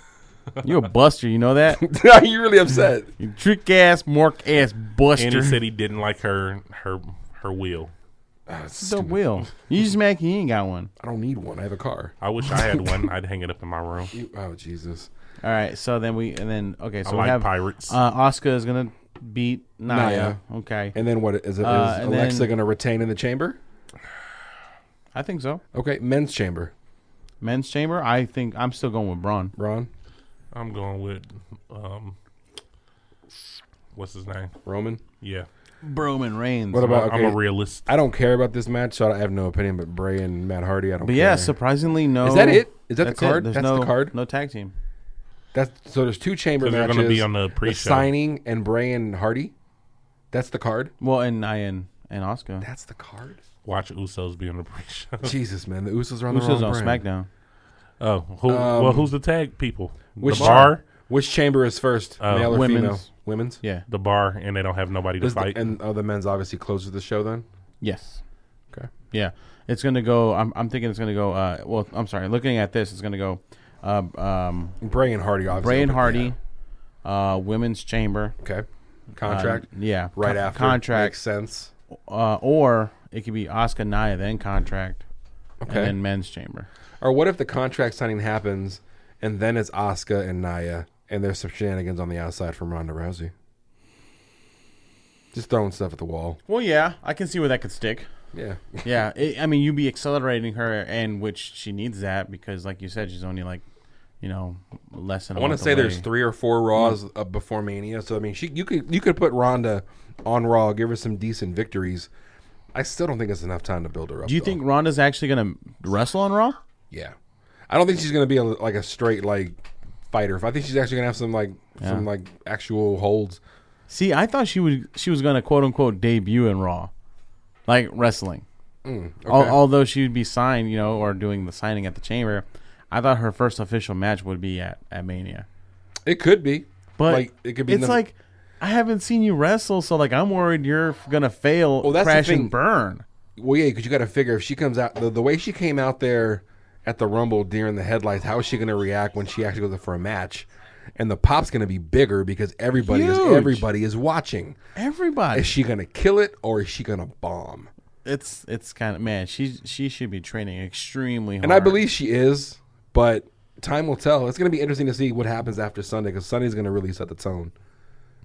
S2: You're a buster, you know that?
S3: you really upset.
S2: You trick ass, mork ass
S5: And he
S2: buster.
S5: said he didn't like her her her wheel.
S2: the wheel. You just mad he ain't got one.
S3: Uh, I don't need one. I have a car.
S5: I wish I had one. I'd hang it up in my room.
S3: You- Oh Jesus.
S2: All right, so then we and then okay, so
S5: I
S2: we
S5: like
S2: have
S5: pirates.
S2: Uh, Oscar is gonna beat Naya.
S3: Naya.
S2: Okay,
S3: And then what is, it, is
S2: Uh, and
S3: Alexa
S2: then-
S3: going to retain in the chamber?
S2: I think so.
S3: Okay, men's chamber.
S2: Men's chamber. I think I'm still going with Braun.
S3: Ron
S5: I'm going with um, what's his name?
S3: Roman.
S5: Yeah,
S2: Broman Reigns.
S3: What about?
S5: I'm
S3: Okay,
S5: a realist.
S3: I don't care about this match, so I have no opinion. But Bray and Matt Hardy, I don't.
S2: But
S3: care.
S2: yeah, surprisingly, no.
S3: Is that it? Is that the
S2: That's
S3: card?
S2: There's
S3: That's
S2: no,
S3: the card?
S2: No tag team.
S3: that's so. There's two chamber
S5: So they're
S3: matches.
S5: gonna be on the pre-show.
S3: signing and Bray and Hardy. That's the card.
S2: Well, and Naya and, and Oscar.
S3: That's the card.
S5: Watch Usos be on the pre-show.
S3: Jesus, man, the Usos are on
S2: Who's
S3: the wrong
S2: on
S3: brand.
S2: SmackDown?
S5: Oh, who? well, who's the tag people?
S3: Um, Which
S5: the bar,
S3: Which chamber is first? male or
S2: Oh. women's.
S3: female? Women's.
S2: Yeah.
S5: the bar, and they don't have nobody to
S3: Does the-
S5: fight.
S3: and oh, the men's obviously closes the show then.
S2: Yes.
S3: Okay.
S2: Yeah, it's gonna go. I'm, I'm thinking it's gonna go. Uh, well, I'm sorry. Looking at this, it's gonna go. Uh, um,
S3: Bray and Hardy obviously.
S2: Bray and
S3: open-
S2: Hardy, uh, women's chamber.
S3: Okay.
S2: uh,
S3: Contract.
S2: yeah.
S3: right
S2: con-
S3: after makes
S2: contract,
S3: sense.
S2: uh, or it could be Oscar Naya then contract,
S3: Okay.
S2: and then men's chamber.
S3: Or what if the contract signing happens and then it's Asuka and Naya and there's some shenanigans on the outside from Ronda Rousey? Just throwing stuff at the wall.
S2: Well, yeah, I can see where that could stick.
S3: Yeah.
S2: Yeah, it, I mean, you'd be accelerating her, and which she needs that because, like you said, she's only like, you know, less than.
S3: I want to say there's three or four
S2: Mm.
S3: Raws uh, before Mania, so I mean, she you could you could put Ronda on Raw, give her some decent victories. I still don't think it's enough time to build her up.
S2: Do you
S3: though.
S2: think Ronda's actually gonna wrestle on Raw?
S3: Yeah, I don't think she's gonna be a, like a straight like fighter. I think she's actually gonna have some like some like actual holds.
S2: See, I thought she would. She was gonna quote unquote debut in Raw, like wrestling.
S3: Mm,
S2: Al- although she would be signed, you know, or doing the signing at the Chamber, I thought her first official match would be at at Mania.
S3: It could be,
S2: But
S3: like it could be.
S2: It's
S3: nothing-
S2: like I haven't seen you wrestle, so like I'm worried you're f- gonna fail,
S3: Well, that's the
S2: crash
S3: thing.
S2: and burn.
S3: well, yeah, because you got to figure if she comes out the, the way she came out there at the Rumble during the headlights, how is she gonna react when she actually goes up for a match? And the pop's gonna be bigger because everybody is
S2: Huge.
S3: everybody is watching.
S2: Everybody,
S3: Is she gonna kill it or is she gonna bomb?
S2: it's it's kind of man. She she should be training extremely hard.
S3: And I believe she is, but time will tell. It's going to be interesting to see what happens after Sunday because Sunday's going to really set the tone.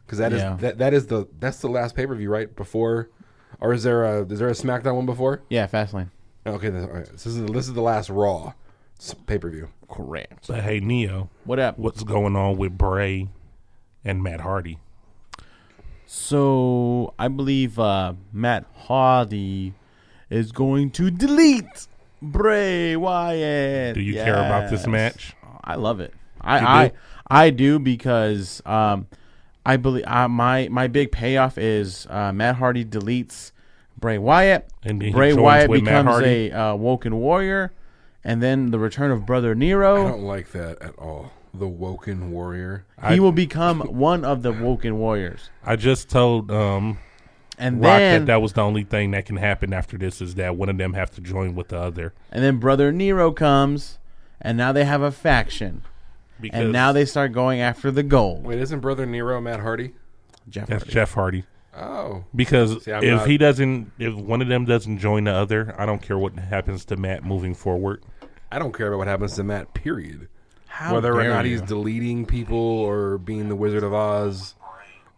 S3: Because that is
S2: Yeah.
S3: that that is the that's the last pay per view right before, or is there a is there a SmackDown one before?
S2: yeah, Fastlane.
S3: Okay, then, all right. So this is this is the last Raw pay per view.
S2: Correct.
S5: But hey, Neo,
S2: What up?
S5: what's going on with Bray and Matt Hardy?
S2: So I believe uh, Matt Hardy is going to delete Bray Wyatt.
S5: Do you care about this
S2: Yes.
S5: match?
S2: I love it. I I,
S5: do?
S2: I do because um, I believe uh, my my big payoff is uh, Matt Hardy deletes Bray Wyatt.
S5: And he
S2: Bray
S5: joins
S2: Wyatt
S5: with Matt
S2: becomes
S5: Hardy?
S2: a uh, Woken Warrior, and then the return of Brother
S3: I
S2: Nero.
S3: don't like that at all. The Woken Warrior.
S2: He will become one of the Woken Warriors,
S5: I just told um,
S2: and
S5: Rock
S2: then
S5: that that was the only thing that can happen after this is that one of them have to join with the other.
S2: and then Brother Nero comes, and now they have a faction,
S5: Because
S2: and now they start going after the gold.
S3: Wait, isn't Brother Nero Matt Hardy?
S2: Jeff
S5: that's
S2: Hardy.
S5: Jeff Hardy.
S3: Oh,
S5: Because
S3: See, I'm
S5: if
S3: not-
S5: he doesn't, if one of them doesn't join the other, I don't care what happens to Matt moving forward.
S3: I don't care about what happens to Matt. Period.
S2: How
S3: Whether or
S2: dare
S3: not
S2: you.
S3: he's deleting people or being the Wizard of Oz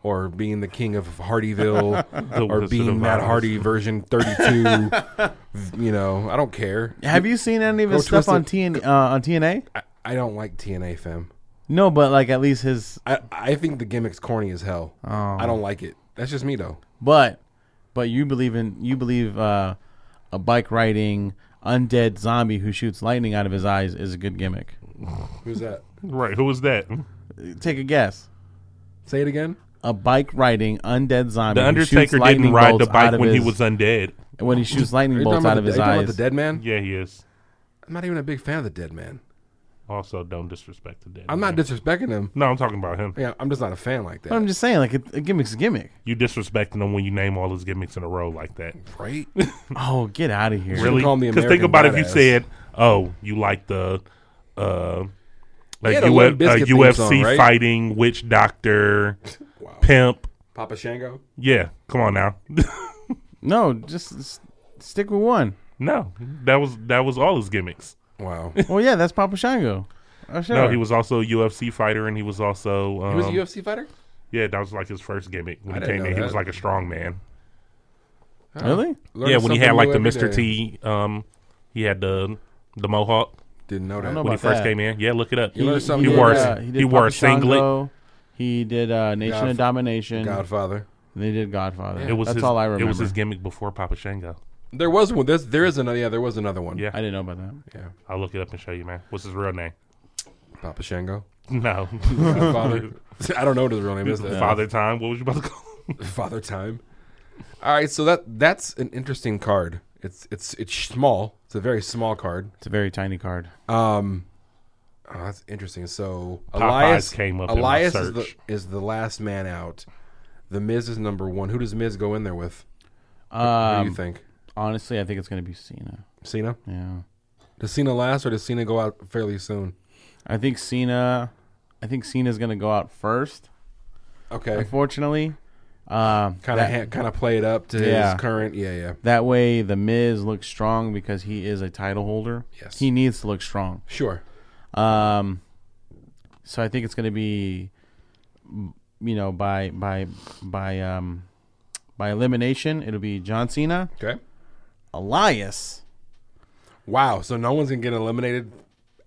S3: or being the King of Hardyville or
S5: Wizard
S3: being
S5: of
S3: Matt
S5: Oz.
S3: Hardy version 32, you know, I don't care.
S2: Have you seen any of his
S3: Go
S2: stuff on TN, uh, on TNA?
S3: I, I don't like TNA, fam.
S2: No, but like at least his.
S3: I, I think the gimmick's corny as hell.
S5: Oh.
S3: I don't like it. That's just me, though.
S2: But but you believe in you believe uh, a bike riding undead zombie who shoots lightning out of his eyes is a good gimmick.
S3: Who's that?
S5: Right? Who was that?
S2: Take a guess.
S3: Say it again.
S2: A bike riding undead zombie.
S5: The
S2: who shoots
S5: Undertaker didn't
S2: lightning
S5: ride the
S2: bolts out
S5: bike
S2: of
S5: when he
S2: his-
S5: was undead.
S2: when he shoots
S3: Are
S2: lightning
S3: you talking
S2: bolts
S3: about
S2: out
S3: the,
S2: of his
S3: are you talking
S2: eyes.
S3: about the dead man?
S5: Yeah, he is.
S3: I'm not even a big fan of the dead man.
S5: Also, don't disrespect the dead.
S3: I'm not
S5: man.
S3: disrespecting him.
S5: no, I'm talking about him.
S3: Yeah, I'm just not a fan like
S2: But I'm
S3: that.
S2: just saying, like a, a gimmick's a gimmick.
S5: You disrespecting him when you name all his gimmicks in a row like that.
S3: Right?
S2: Oh, get out of here!
S5: Really?
S3: call him the
S5: Because think
S3: American
S5: about if you
S3: Badass.
S5: said, "Oh, you like the." Uh, like
S3: had a
S5: U-
S3: Limp
S5: uh,
S3: Bizkit theme
S5: UFC
S3: song, right?
S5: fighting witch doctor, pimp.
S3: Papa Shango?
S5: Yeah, come on now.
S2: No, just s- stick with one.
S5: no, that was that was all his gimmicks.
S3: Wow.
S2: Well, yeah, that's Papa Shango. Oh, sure.
S5: No, he was also a UFC fighter, and he was also um,
S3: He was a UFC fighter?
S5: yeah. That was like his first gimmick when
S3: I
S5: he
S3: didn't
S5: came
S3: know
S5: in. He
S3: that.
S5: was like a strong man.
S2: really.
S3: Learn
S5: yeah, when he
S3: something
S5: had like
S3: new
S5: the
S3: every
S5: Mr.
S3: day.
S5: T, um, he had the the mohawk
S3: Didn't know that.
S2: know
S5: when he
S2: about
S5: first
S2: that.
S5: came in. Yeah, look it up.
S3: You learn something
S5: he
S3: new
S5: wore
S3: every
S5: a-
S3: day.
S5: he,
S2: did
S5: wore a
S2: Papa
S5: singlet.
S2: Shango. He did uh, Nation
S3: Godf-
S2: of Domination.
S3: Godfather.
S2: They did Godfather.
S5: It was
S2: That's
S5: his,
S2: all I remember.
S5: It was his gimmick before Papa Shango.
S3: There was one. There's, there is another. Yeah, there was another one.
S5: Yeah.
S2: I didn't know about that.
S3: Yeah.
S5: I'll look it up and show you, man. What's his real name?
S3: Papa Shango.
S5: No,
S3: Godfather. I don't know what his real name is. though.
S5: Father Time. What was you about to call? him?
S3: Father Time. All right, so that that's an interesting card. It's it's it's small. It's a very small card. Um,
S2: It's a very tiny card.
S3: Oh, that's interesting. So
S5: Popeyes
S3: Elias
S5: came up in my
S3: Elias is the
S5: search.
S3: is the last man out. The Miz is number one. Who does Miz go in there with? Who
S5: Um,
S3: do you think?
S2: Um, Honestly, I think it's going to be Cena.
S3: Cena.
S2: Yeah.
S3: Does Cena last, or does Cena go out fairly soon?
S2: I think Cena. I think Cena's going to go out first.
S3: Okay.
S2: Unfortunately, um,
S3: Kind of ha- kind of play it up to
S2: Yeah.
S3: his current. Yeah, yeah.
S2: that way the Miz looks strong because he is a title holder.
S3: Yes.
S2: He needs to look strong.
S3: Sure.
S2: Um, so I think it's going to be, m- you know, by by by um, By elimination, it'll be John Cena,
S3: Okay.
S2: Elias,
S3: Wow. So no one's gonna get eliminated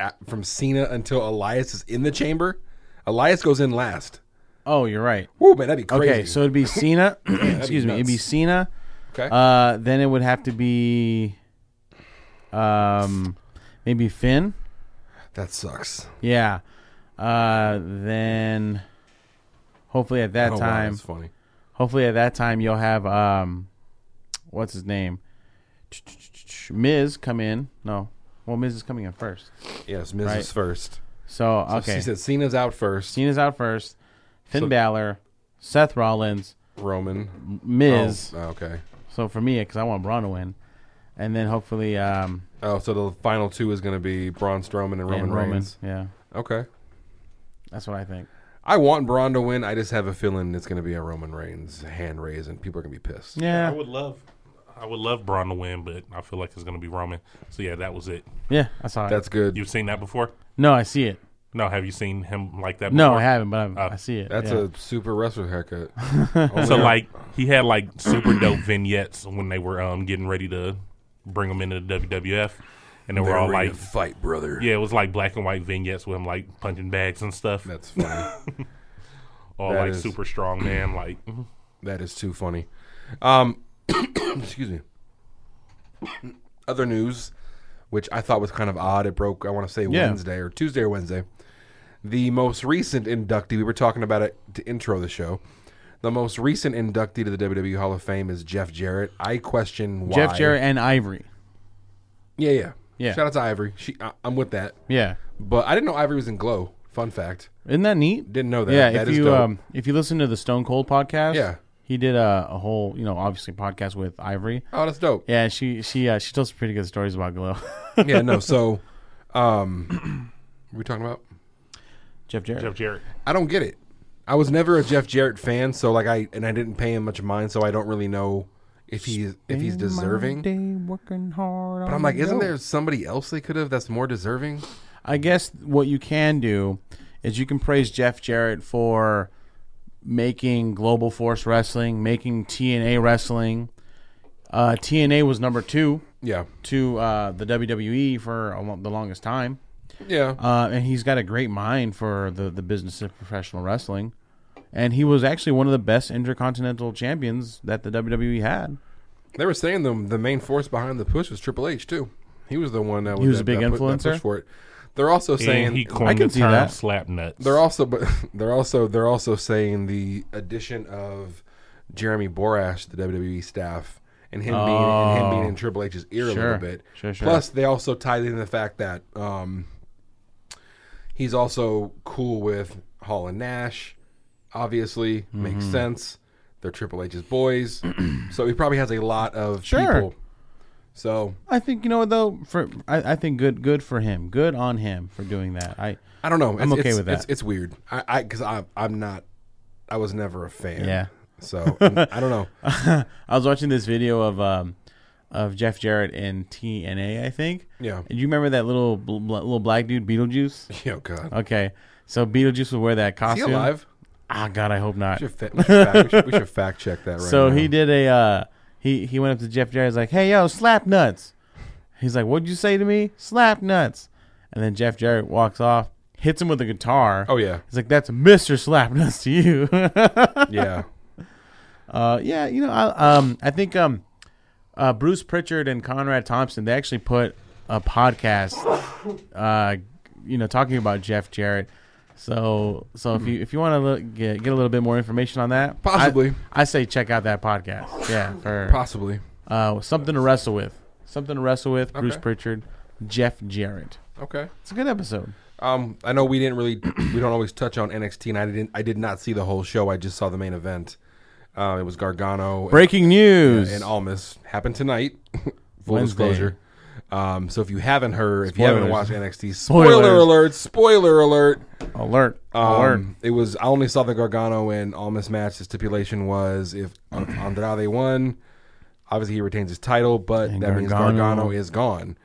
S3: at, from Cena until Elias is in the chamber. Elias goes in last.
S2: Oh, you're right.
S3: Woo, man, that'd be crazy.
S2: Okay, so it'd be Cena. excuse me, it'd be
S3: nuts.
S2: Cena.
S3: okay.
S2: Uh, then it would have to be, um, maybe Finn.
S3: that sucks.
S2: Yeah. Uh, then hopefully at that
S3: Oh, wow,
S2: time,
S3: that's funny.
S2: hopefully at that time you'll have um, what's his name, Miz come in. No, well Miz is coming in first.
S3: Yes, Miz
S2: Right.
S3: is first.
S2: So
S3: So
S2: okay,
S3: She said Cena's out first.
S2: Cena's out first. Finn Balor, Seth Rollins,
S3: Roman.
S2: Miz.
S3: Oh, okay.
S2: So for me, because I want Braun to win, and then hopefully um,
S3: Oh, so the final two is going to be Braun Strowman and Roman
S2: and Roman.
S3: Reigns.
S2: Yeah,
S3: Okay.
S2: that's what I think.
S3: I want Braun to win. I just have a feeling it's going to be a Roman Reigns hand raise, and people are going to be pissed.
S5: I
S2: Yeah,
S5: would love, I would love Braun to win, but I feel like it's gonna be Roman. So yeah, that was it.
S2: yeah, I saw
S3: That's
S2: it.
S3: good.
S5: You've seen that before?
S2: No, I see it.
S5: No, have you seen him like that?
S2: No,
S5: before?
S2: I haven't, but I,
S5: Oh.
S2: I see it.
S3: Uh, That's
S2: yeah.
S3: a super wrestler haircut.
S5: So like he had like super dope vignettes when they were um getting ready to bring him into the WWF, and they were all like,
S3: fight, brother.
S5: yeah, it was like black and white vignettes with him like punching bags and stuff,
S3: That's funny.
S5: or
S3: that
S5: like
S3: is-
S5: super strong man, like mhm.
S3: that is too funny. Um, excuse me. Other news, which I thought was kind of odd. It broke, I want to say
S2: Yeah.
S3: Wednesday or Tuesday or Wednesday. The most recent inductee, we were talking about it to intro the show. The most recent inductee to the WWE Hall of Fame is Jeff Jarrett. I question why.
S2: Jeff Jarrett and Ivory.
S3: Yeah, yeah.
S2: Yeah.
S3: Shout out to Ivory. She, I, I'm with that.
S2: Yeah,
S3: But I didn't know Ivory was in Glow. Fun fact.
S2: isn't that neat?
S3: Didn't know that.
S2: Yeah,
S3: That
S2: if
S3: is
S2: you
S3: dope.
S2: um if you listen to the Stone Cold podcast,
S3: Yeah.
S2: he did a, a whole you know obviously podcast with Ivory.
S3: Oh, that's dope.
S2: Yeah, and she she uh, she tells pretty good stories about Glow.
S3: yeah, no. So, um, what we talking about?
S2: Jeff Jarrett.
S5: Jeff Jarrett.
S3: I don't get it. I was never a Jeff Jarrett fan, so like I and I didn't pay him much mind, so I don't really know if he if he's deserving. But I'm like, isn't there somebody else they could have that's more deserving?
S2: I guess what you can do is you can praise Jeff Jarrett for making Global Force Wrestling, making TNA Wrestling. Uh, TNA was number two
S3: Yeah,
S2: to uh, the WWE for a, lo- the longest time,
S3: yeah.
S2: uh, and he's got a great mind for the the business of professional wrestling. And he was actually one of the best intercontinental champions that the WWE had.
S3: they were saying the the main force behind the push was Triple H too. He was the one that
S2: was
S3: that-
S2: a big
S3: that put- that
S2: influencer?
S3: pushed for it. They're also saying
S5: and he
S2: I
S5: coined
S2: can
S5: the
S2: see
S5: term
S2: that.
S5: slap nuts.
S3: They're also, but they're also they're also saying the addition of Jeremy Borash to the WWE staff and him being and him being in Triple H's ear a
S2: Oh. Sure.
S3: little bit.
S2: Sure, sure.
S3: Plus, they also tied in the fact that um, he's also cool with Hall and Nash. Obviously, makes
S2: Mm-hmm.
S3: sense. They're Triple H's boys, so he probably has a lot of
S2: Sure.
S3: people. So
S2: I think you know what though. For I, I think good good for him. Good on him for doing that. I
S3: I don't know. It's,
S2: I'm okay
S3: it's-
S2: with that.
S3: It's, it's weird. I I because I I'm not. I was never a fan.
S2: Yeah.
S3: So and I don't know.
S2: I was watching this video of um of Jeff Jarrett and TNA, I think.
S3: Yeah.
S2: And you remember that little bl- bl- little black dude Beetlejuice?
S3: Oh God.
S2: Okay. So Beetlejuice would wear that
S3: Is he
S2: costume.
S3: alive?
S2: Ah, God, I hope not.
S3: We should, fa- we, should fact, we, should, we should fact check that right
S2: so
S3: now.
S2: he did a uh he he went up to Jeff Jarrett. He's like, "Hey, yo, slap nuts." He's like, "What'd you say to me? Slap nuts." And then Jeff Jarrett walks off, hits him with a guitar.
S3: Oh yeah,
S2: He's like, "That's Mister Slap Nuts to you."
S3: yeah.
S2: Uh, yeah, you know, I, um, I think um, uh, Bruce Pritchard and Conrad Thompson they actually put a podcast, uh, you know, talking about Jeff Jarrett. So, so if you if you want to look, get, get a little bit more information on that, I-
S3: Possibly.
S2: I, say check out that podcast. Yeah, for
S3: Possibly.
S2: uh, something to wrestle with, something to wrestle with. Bruce
S3: Okay.
S2: Pritchard, Jeff Jarrett.
S3: Okay.
S2: It's a good episode.
S3: Um, I know we didn't really, we don't always touch on NXT, and I didn't, I did not see the whole show. I just saw the main event. Uh, it was Gargano
S2: Breaking news.
S3: and Almas happened tonight. Full
S2: Wednesday.
S3: disclosure. Um, so if you haven't heard, if you haven't
S2: Spoilers.
S3: watched NXT, spoiler
S2: Spoilers.
S3: alert, spoiler alert.
S2: alert! alert!
S3: Um, it was. I only saw the Gargano and Almas match. The stipulation was if Andrade won, obviously he retains his title, but that means
S2: Gargano-
S3: Gargano is gone.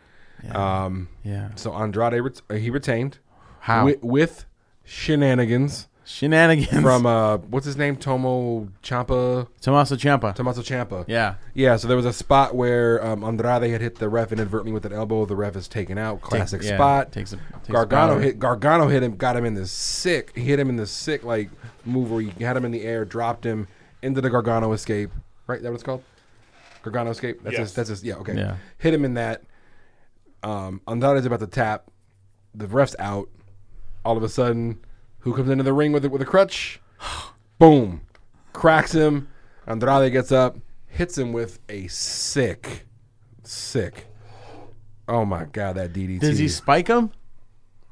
S3: Um,
S2: Yeah.
S3: So Andrade ret- uh, he retained
S2: How?
S3: wi- with, shenanigans.
S2: Shenanigans
S3: from uh, what's his name, Tomo Champa,
S2: Tommaso Ciampa.
S3: Tommaso Champa.
S2: yeah,
S3: Yeah, so there was a spot where um, Andrade had hit the ref inadvertently with an elbow. The ref is taken out. Classic
S2: yeah,
S3: spot.
S2: takes a- takes a
S3: Gargano
S2: power.
S3: hit Gargano hit him, got him in the sick. He hit him in the sick like move where he had him in the air, dropped him into the Gargano escape. Right, that what it's called. Gargano escape. That's
S5: Yes.
S3: his, that's his, yeah okay.
S2: Yeah.
S3: Hit him in that. Um, Andrade's about to tap. The ref's out. All of a sudden, who comes into the ring with a, with a crutch? Boom. Cracks him. Andrade gets up, hits him with a sick, sick. Oh my god, that DDT.
S2: does he spike him?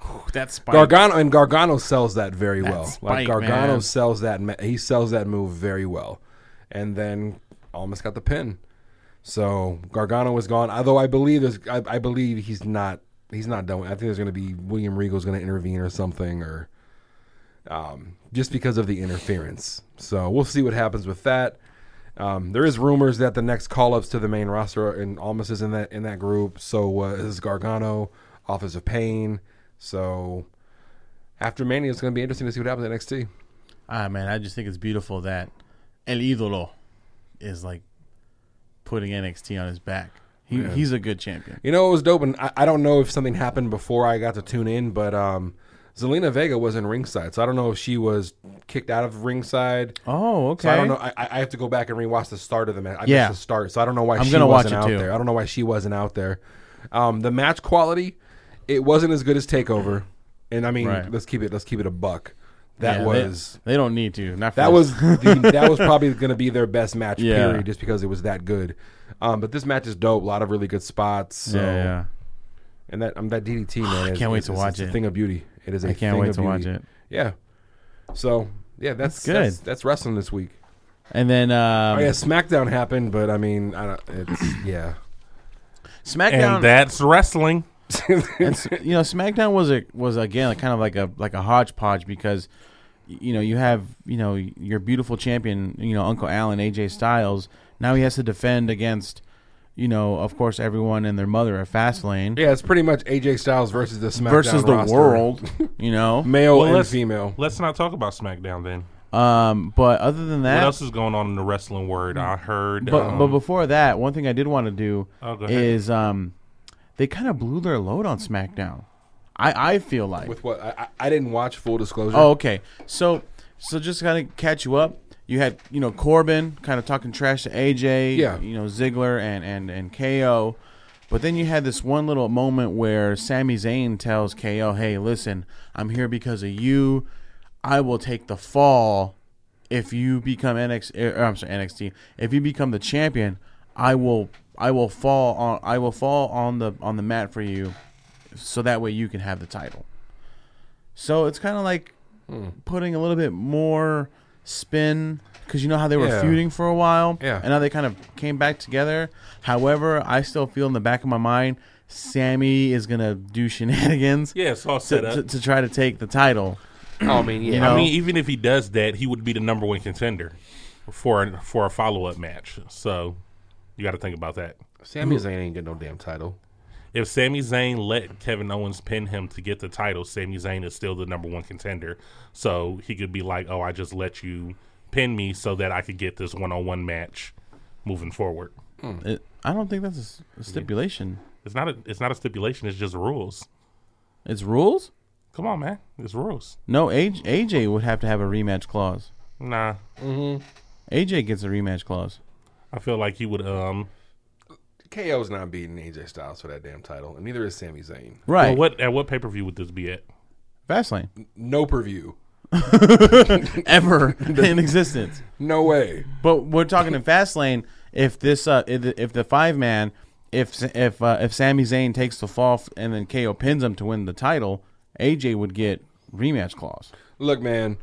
S2: Whew, that spike.
S3: Gargano and Gargano sells that very well. like
S2: spike,
S3: Gargano
S2: man.
S3: sells that ma- he sells that move very well. And then almost got the pin. So Gargano is gone. Although I believe there's, I, I believe he's not he's not done. I think there's going to be William Regal's going to intervene or something or um, just because of the interference. So we'll see what happens with that. Um, there is rumors that the next call ups to the main roster are- and Almas is in that in that group. So uh, is Gargano, Office of Pain. So after Mania, it's going to be interesting to see what happens at NXT.
S2: Ah man, I just think it's beautiful that El Idolo is like putting NXT on his back. He, he's a good champion.
S3: You know, it was dope, and I, I don't know if something happened before I got to tune in, but um, Zelina Vega was in ringside, so I don't know if she was kicked out of ringside.
S2: Oh, okay.
S3: So I don't know. I, I I have to go back and rewatch the start of the match. I
S2: Yeah.
S3: missed the start, so I don't know why
S2: I'm
S3: she
S2: gonna watch
S3: wasn't
S2: it
S3: out
S2: too.
S3: there. I don't know why she wasn't out there. Um, the match quality, it wasn't as good as Takeover, and I mean,
S2: Right.
S3: let's keep it let's keep it a buck. That
S2: Yeah,
S3: was
S2: They, they don't need to. Not for
S3: that
S2: this.
S3: was the, that was probably going to be their best match
S2: Yeah.
S3: period, just because it was that good. Um, but this match is dope. A lot of really good spots. So.
S2: yeah, yeah. Ah,
S3: And that um, that DDT man. Is,
S2: can't wait
S3: is-
S2: to
S3: is-
S2: watch
S3: it's
S2: it.
S3: A thing of beauty. It is a
S2: I can't
S3: thing
S2: wait
S3: of
S2: to watch
S3: beauty.
S2: it.
S3: Yeah. So yeah, that's,
S2: That's good.
S3: That's, that's wrestling this week.
S2: And then um,
S3: Oh yeah, SmackDown happened, but I mean, I don't. It's yeah.
S2: SmackDown.
S5: And that's wrestling.
S2: and s- you know, SmackDown was a was again like, kind of like a like a hodgepodge because y- you know you have you know your beautiful champion, you know Uncle Allen, AJ Styles. Now he has to defend against you know, of course, everyone and their mother at Fastlane
S3: Yeah, it's pretty much AJ Styles versus the SmackDown
S2: versus the
S3: roster.
S2: world. You know,
S3: male
S5: Well,
S3: and
S5: let's-
S3: female.
S5: Let's not talk about SmackDown then.
S2: um, but other than
S5: What
S2: that,
S5: else is going on in the wrestling world? I heard.
S2: But
S5: um,
S2: but before that, one thing I did want to do
S5: Oh, go ahead.
S2: is um, they kind of blew their load on SmackDown. I I feel like.
S3: With what I, I I didn't watch full disclosure.
S2: oh, okay. So so just kind of catch you up. You had you know Corbin kind of talking trash to AJ.
S3: Yeah.
S2: You know Ziggler and and and KO. But then you had this one little moment where Sami Zayn tells KO, "Hey, listen, I'm here because of you. I will take the fall if you become NXT. Or, er, I'm sorry, NXT. If you become the champion, I will I will fall on I will fall on the on the mat for you, so that way you can have the title. So it's kind of like
S3: Hmm.
S2: putting a little bit more spin because you know how they were
S3: Yeah.
S2: feuding for a while,
S3: Yeah.
S2: and now they kind of came back together. However, I still feel in the back of my mind, Sammy is gonna do shenanigans
S5: yeah, it's all set
S2: to,
S5: up.
S2: to, to try to take the title.
S3: Oh, I mean, yeah.
S2: You know,
S5: I mean, even if he does that, he would be the number one contender for a, for a follow up match. So you got to think about that.
S3: Sami Zayn ain't getting no damn title.
S5: If Sami Zayn let Kevin Owens pin him to get the title, Sami Zayn is still the number one contender. So he could be like, "Oh, I just let you pin me so that I could get this one on one match moving forward."
S2: it- I don't think that's a s- a stipulation.
S5: It's not a it's not a stipulation. It's just rules.
S2: It's rules.
S5: Come on, man. It's rules.
S2: No, AJ, AJ would have to have a rematch clause.
S5: Nah,
S2: AJ gets a rematch clause.
S5: I feel like he would. Um,
S3: KO's not beating AJ Styles for that damn title, and neither is Sami Zayn.
S2: Right.
S5: well, what at what pay per view would this be at?
S2: Fastlane.
S3: No purview.
S2: Ever in existence.
S3: No way.
S2: But we're talking in Fastlane. If this, uh, if the- if the five man, if if uh, if Sami Zayn takes the fall f- and then KO pins him to win the title, AJ would get rematch clause.
S3: Look, man,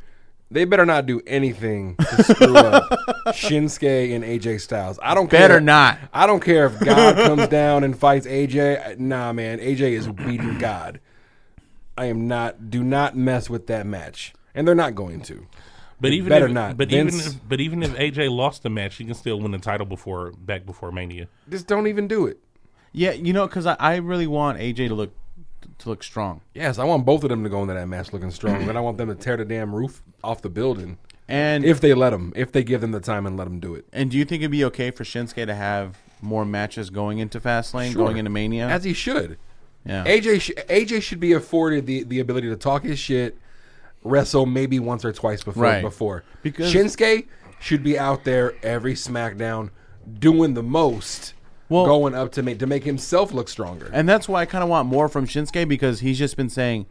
S3: they better not do anything to screw up Shinsuke and AJ Styles. I don't
S2: Better
S3: care.
S2: not.
S3: I don't care if God comes down and fights AJ. Nah, man, AJ is beating God. I am not. Do not mess with that match, and they're not going to.
S5: But
S3: They
S5: even
S3: better
S5: if,
S3: not.
S5: But
S3: Vince-
S5: even if, but even if AJ lost the match, he can still win the title before back before Mania.
S3: Just don't even do it.
S2: Yeah, you know, because I, I really want AJ to look to look strong.
S3: Yes, I want both of them to go into that match looking strong, and I want them to tear the damn roof off the building
S2: And
S3: if they let them, if they give them the time and let them do it.
S2: and do you think it'd be okay for Shinsuke to have more matches going into Fastlane,
S3: Sure.
S2: going into Mania?
S3: as he should.
S2: yeah.
S3: AJ sh- AJ should be afforded the, the ability to talk his shit, wrestle maybe once or twice before
S2: Right.
S3: before.
S2: Because-
S3: Shinsuke should be out there every SmackDown doing the most,
S2: Well-
S3: going up to make to make himself look stronger.
S2: And that's why I kind of want more from Shinsuke because he's just been saying,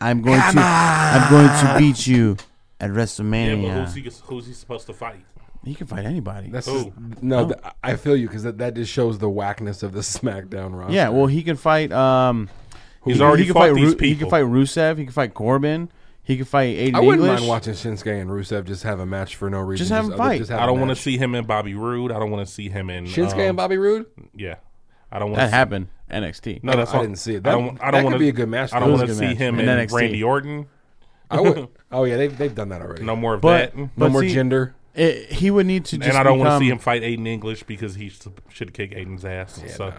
S2: "I'm going to, I'm going to beat you at
S5: Yeah,
S2: WrestleMania."
S5: but who's he, who's he supposed to fight?
S2: he can fight anybody.
S3: That's
S5: Oh.
S3: just- no, th- I feel you because that, that just shows the whackness of the SmackDown roster.
S2: yeah, well, he can fight. Um,
S5: He's
S2: he,
S5: already
S2: he can
S5: fought
S2: fight
S5: these
S2: He can
S5: people.
S2: fight Rusev. He can fight Corbin. He can fight Aiden
S3: I wouldn't
S2: English.
S3: mind watching Shinsuke and Rusev just have a match for no reason.
S2: have them
S3: uh,
S2: fight.
S3: have
S5: I
S3: a
S5: don't want to
S3: match.
S5: see him and Bobby Roode. I don't want to see him in um,
S3: Shinsuke
S2: uh-huh.
S3: and Bobby Roode.
S5: Yeah, I don't want
S2: that happened NXT.
S5: No, that's
S3: I
S5: what-
S3: didn't see it.
S5: I don't.
S3: That-
S5: I
S3: that
S5: don't
S3: could
S5: want
S3: be a good match,
S5: I
S3: though.
S5: don't want
S2: It
S5: to
S2: was a good
S5: see him
S2: match.
S5: and
S2: And NXT.
S5: Randy Orton.
S3: I would. oh yeah, they've they've done that already.
S5: No
S3: No,
S5: more of
S2: But,
S5: that.
S2: but
S3: more
S2: see,
S3: gender.
S2: it- he would need to. Just
S5: and I don't want
S2: become-
S5: to see him fight Aiden English because he sh- should kick Aiden's ass. so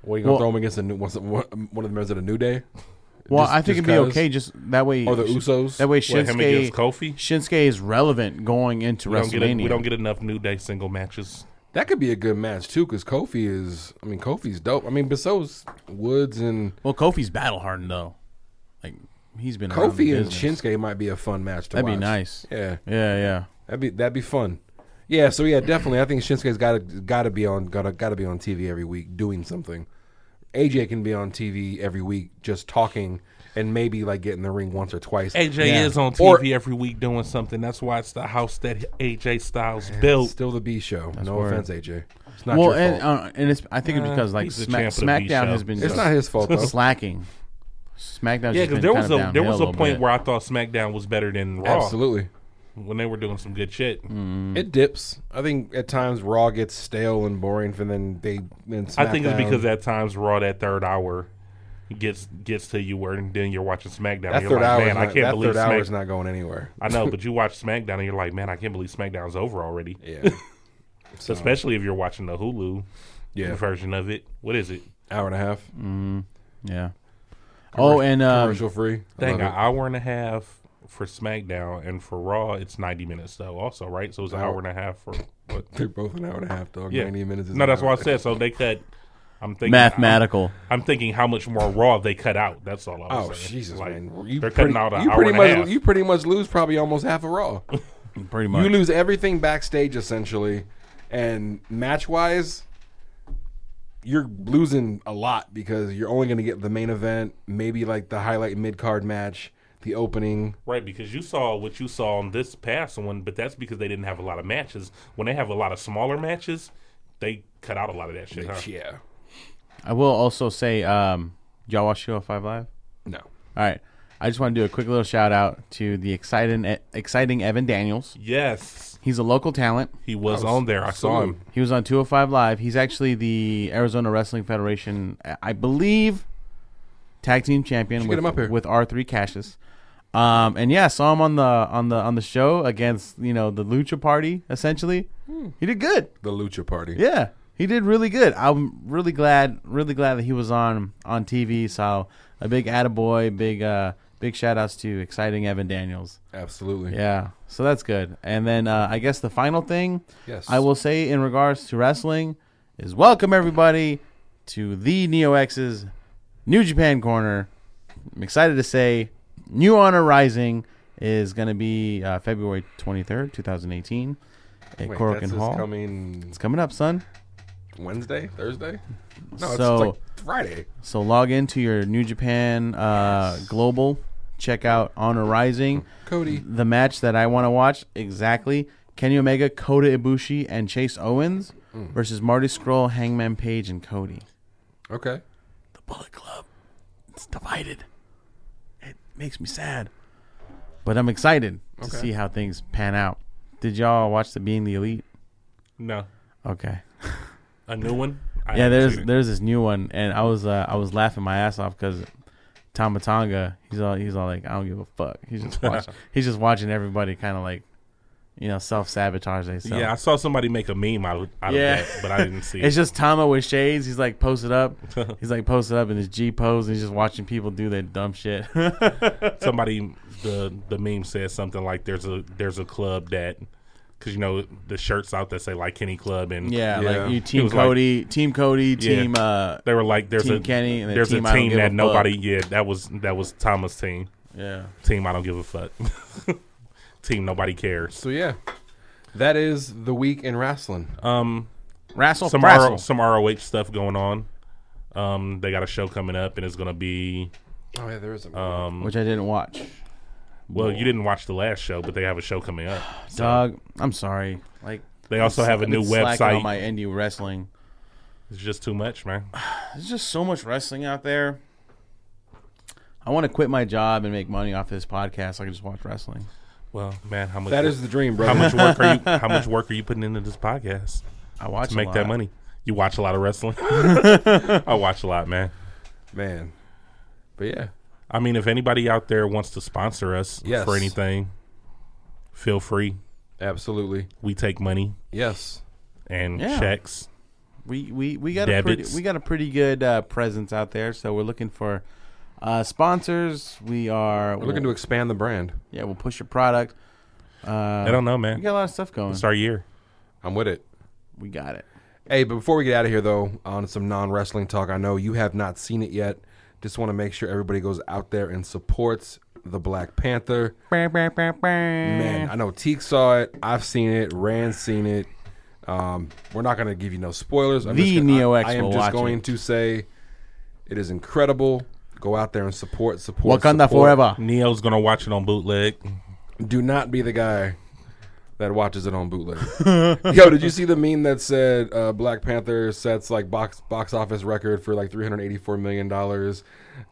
S3: What are you gonna
S2: Well-
S3: throw him against the new, one one of the members of the New Day?
S2: Well,
S3: Just-
S2: I think
S3: just
S2: it'd be
S3: 'cause?
S2: okay. Just that way,
S3: Or the Usos?
S2: That way,
S5: What,
S2: Shinsuke
S5: him against Kofi?
S2: Shinsuke is relevant going into
S5: we don't,
S2: WrestleMania.
S5: get a, we don't get enough New Day single matches.
S3: That could be a good match too, because Kofi is. I mean, Kofi's dope. I mean, Brisso's Woods and
S2: well, Kofi's battle hardened though. Like he's been around the
S3: Kofi and
S2: business.
S3: Shinsuke might be a fun match to
S2: That'd be
S3: watch.
S2: nice.
S3: Yeah,
S2: Yeah, yeah.
S3: that'd be that'd be fun. Yeah, so yeah, definitely. I think Shinsuke's got to got to be on got to got to be on TV every week doing something. AJ can be on TV every week just talking and maybe like get in the ring once or twice.
S5: AJ
S2: Yeah.
S5: is on TV
S3: Or-
S5: every week doing something. That's why it's the house that AJ Styles built.
S3: Still the B show. no
S2: word.
S3: offense, AJ. It's not
S2: well,
S3: your
S2: and
S3: fault.
S2: uh, and it's I think it's because like
S5: he's the
S2: Smack,
S5: champ of the B
S2: SmackDown
S5: show.
S2: has been
S3: it's
S2: just
S3: not his fault though.
S2: slacking. Smackdown.
S5: yeah, because
S2: because
S5: there was a
S2: downhill
S5: there was a
S2: little
S5: point
S2: bit.
S5: where I thought SmackDown was better than Raw
S3: Absolutely.
S5: when they were doing some good shit.
S3: Mm. It dips. I think at times Raw gets stale and boring, and then they. And
S5: I think it's
S3: SmackDown-
S5: because at times Raw that third hour gets gets to you where and then you're watching SmackDown.
S3: that
S5: and you're
S3: third
S5: like,
S3: hour.
S5: man,
S3: is
S5: I
S3: not-
S5: can't
S3: that
S5: believe
S3: third hour is
S5: SmackDown.
S3: not going anywhere.
S5: I know, but you watch SmackDown and you're like, man, I can't believe SmackDown's over already.
S3: Yeah,
S5: Especially if you're watching the Hulu
S3: Yeah.
S5: version of it. What is it?
S3: hour and a half.
S2: Yeah. Oh, and um,
S3: commercial free. I
S5: Dang, an
S3: love it.
S5: hour and a half for SmackDown and for Raw, it's 90 minutes though. Also, right? So it's an hour and a half for what?
S3: They're both an hour and a half, dog.
S5: Yeah,
S3: Ninety minutes. Is
S5: no,
S3: an
S5: that's
S3: hour.
S5: why I said. So they cut. I'm thinking
S2: mathematical.
S5: I'm thinking how much more Raw they cut out. That's all. I
S3: Oh
S5: was saying.
S3: Jesus,
S5: Like,
S3: man! You
S5: they're
S3: pretty,
S5: cutting out an
S3: you
S5: hour
S3: pretty
S5: and a
S3: much
S5: half.
S3: you pretty much lose probably almost half of Raw.
S2: pretty much.
S3: you lose everything backstage essentially, and match wise, you're losing a lot because you're only going to get the main event, maybe like the highlight mid card match, the opening.
S5: Right, because you saw what you saw on this past one, but that's because they didn't have a lot of matches. When they have a lot of smaller matches, they cut out a lot of that shit. Huh?
S3: Yeah,
S2: I will also say, um, y'all watch Show Five Live.
S3: no,
S2: All right. I just want to do a quick little shout out to the exciting, exciting Evan Daniels.
S5: Yes,
S2: He's a local talent.
S5: he was on there. I saw him.
S2: He was on 205 Live. He's actually the Arizona Wrestling Federation, I believe, tag team champion
S3: get
S2: with,
S3: him up here.
S2: with R3 Cassius. Um, and yeah, saw him on the on the on the show against you know the Lucha Party. Essentially,
S3: Hmm.
S2: he did good.
S3: the Lucha Party.
S2: Yeah, he did really good. I'm really glad, really glad that he was on on TV. So a big attaboy, big uh, big shout outs to exciting Evan Daniels.
S3: Absolutely.
S2: Yeah, so that's good. And then uh, I guess the final thing
S3: Yes.
S2: I will say in regards to wrestling is welcome everybody to the Neo X's New Japan corner. I'm excited to say New Honor Rising is going to be uh, February 23rd, 2018 at
S3: Wait,
S2: Corokin
S3: that's this
S2: Hall.
S3: coming
S2: It's coming up, son.
S3: Wednesday, Thursday. No, it's
S2: So-
S3: like Friday.
S2: So log into your New Japan uh, Global, check out Honor Rising.
S3: Cody.
S2: The match that I want to watch exactly: Kenny Omega, Kota Ibushi, and Chase Owens versus Marty Scroll, Hangman Page, and Cody.
S3: Okay.
S2: The Bullet Club. It's divided. It makes me sad, but I'm excited to see how things pan out. Did y'all watch the Being the Elite?
S5: No,
S2: Okay.
S5: a new one. I
S2: Yeah,
S5: haven't
S2: there's
S5: seen it.
S2: there's this new one, and I was uh, I was laughing my ass off because Tomatonga, he's all he's all like, I don't give a fuck. He's just watching, he's just watching everybody kind of like, you know, self sabotage themselves.
S5: Yeah, I saw somebody make a meme out of, out
S2: Yeah.
S5: of that, but I didn't see
S2: It's
S5: it.
S2: just Tama with shades. He's like posted up. He's like posted up in his G pose and he's just watching people do their dumb shit.
S5: Somebody the the meme said something like there's a there's a club that because you know the shirts out that say like Kenny Club and
S2: yeah,
S3: Yeah.
S2: like you
S5: It
S2: team
S5: was like-
S2: Cody, team Cody,
S5: Yeah.
S2: team uh
S5: they were like there's
S2: Team
S5: a
S2: Kenny and then
S5: there's
S2: team I
S5: a
S2: don't
S5: team
S2: give a
S5: that
S2: fuck.
S5: nobody yeah that was that was Thomas team
S2: yeah.
S5: team I don't give a fuck team nobody cares.
S3: So yeah, that is the week in wrestling.
S5: Um,
S2: Wrestle
S5: some
S2: wrestle.
S5: R- some ROH stuff going on. Um, they got a show coming up and it's gonna be
S3: oh yeah, there is a
S2: which I didn't watch.
S5: well you didn't watch the last show but they have a show coming up.
S2: Doug, I'm sorry. Like
S5: They also have a
S2: I've
S5: new
S2: been slacking
S5: website.
S2: on my indie wrestling.
S5: it's just too much, man.
S2: There's just so much wrestling out there. I want to quit my job and make money off this podcast. So I can just watch wrestling.
S5: Well, man, how much
S3: that is the dream,
S5: how
S3: brother.
S5: much work are you how much work are you putting into this podcast
S2: I watch
S5: to
S2: a
S5: make
S2: lot.
S5: that money? You watch a lot of wrestling. I watch a lot, man.
S3: man? But yeah,
S5: I mean, if anybody out there wants to sponsor us
S3: Yes.
S5: for anything, feel free.
S3: absolutely.
S5: We take money
S3: Yes,
S5: and
S2: Yeah.
S5: checks.
S2: We we we got a
S5: Debits.
S2: pretty we got a pretty good uh, presence out there. So we're looking for uh, sponsors. We are
S3: we're looking to expand the brand.
S2: yeah. We'll push your product.
S3: Uh,
S5: I don't know,
S2: We
S5: man.
S2: got a lot of stuff going.
S5: It's our year.
S3: I'm with it.
S2: We got it.
S3: Hey, but before we get out of here, though, on some non wrestling talk, I know you have not seen it yet. Just want to make sure everybody goes out there and supports the Black Panther. Man, I know Teak saw it. I've seen it. Rand's seen it. Um, we're not going to give you no spoilers. I'm
S2: The
S3: just gonna-
S2: Neo-X
S3: I, I am
S2: will
S3: just
S2: watch
S3: going
S2: it.
S3: to say it is incredible. Go out there and support, support.
S2: Wakanda
S3: support.
S2: forever.
S5: Neo's gonna watch it on bootleg.
S3: Do not be the guy that watches it on bootleg. Yo, did you see the meme that said uh, Black Panther sets like box box office record for like three hundred eighty four million dollars,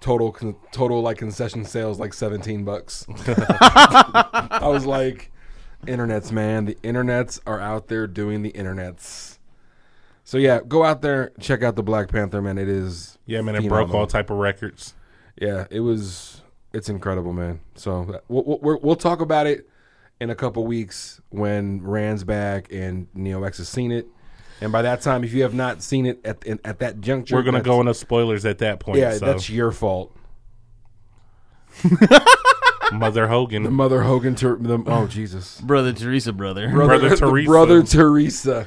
S3: total con- total like concession sales like seventeen bucks. I was like, internets, man, the internets are out there doing the internets. So yeah, go out there, check out the Black Panther, man. It is
S5: Yeah, man. It broke
S3: phenomenal.
S5: all type of records.
S3: Yeah, it was. It's incredible, man. So we'll, we'll, we'll talk about it in a couple weeks when Rand's back and Neo X has seen it. And by that time, if you have not seen it at in, at that juncture,
S5: We're gonna
S3: that's-
S5: go into spoilers at that point.
S3: Yeah,
S5: so.
S3: that's your fault,
S5: Mother Hogan.
S3: Mother Hogan. Ter- the, oh Jesus,
S2: Brother Teresa, brother.
S5: Brother Teresa.
S3: brother Teresa.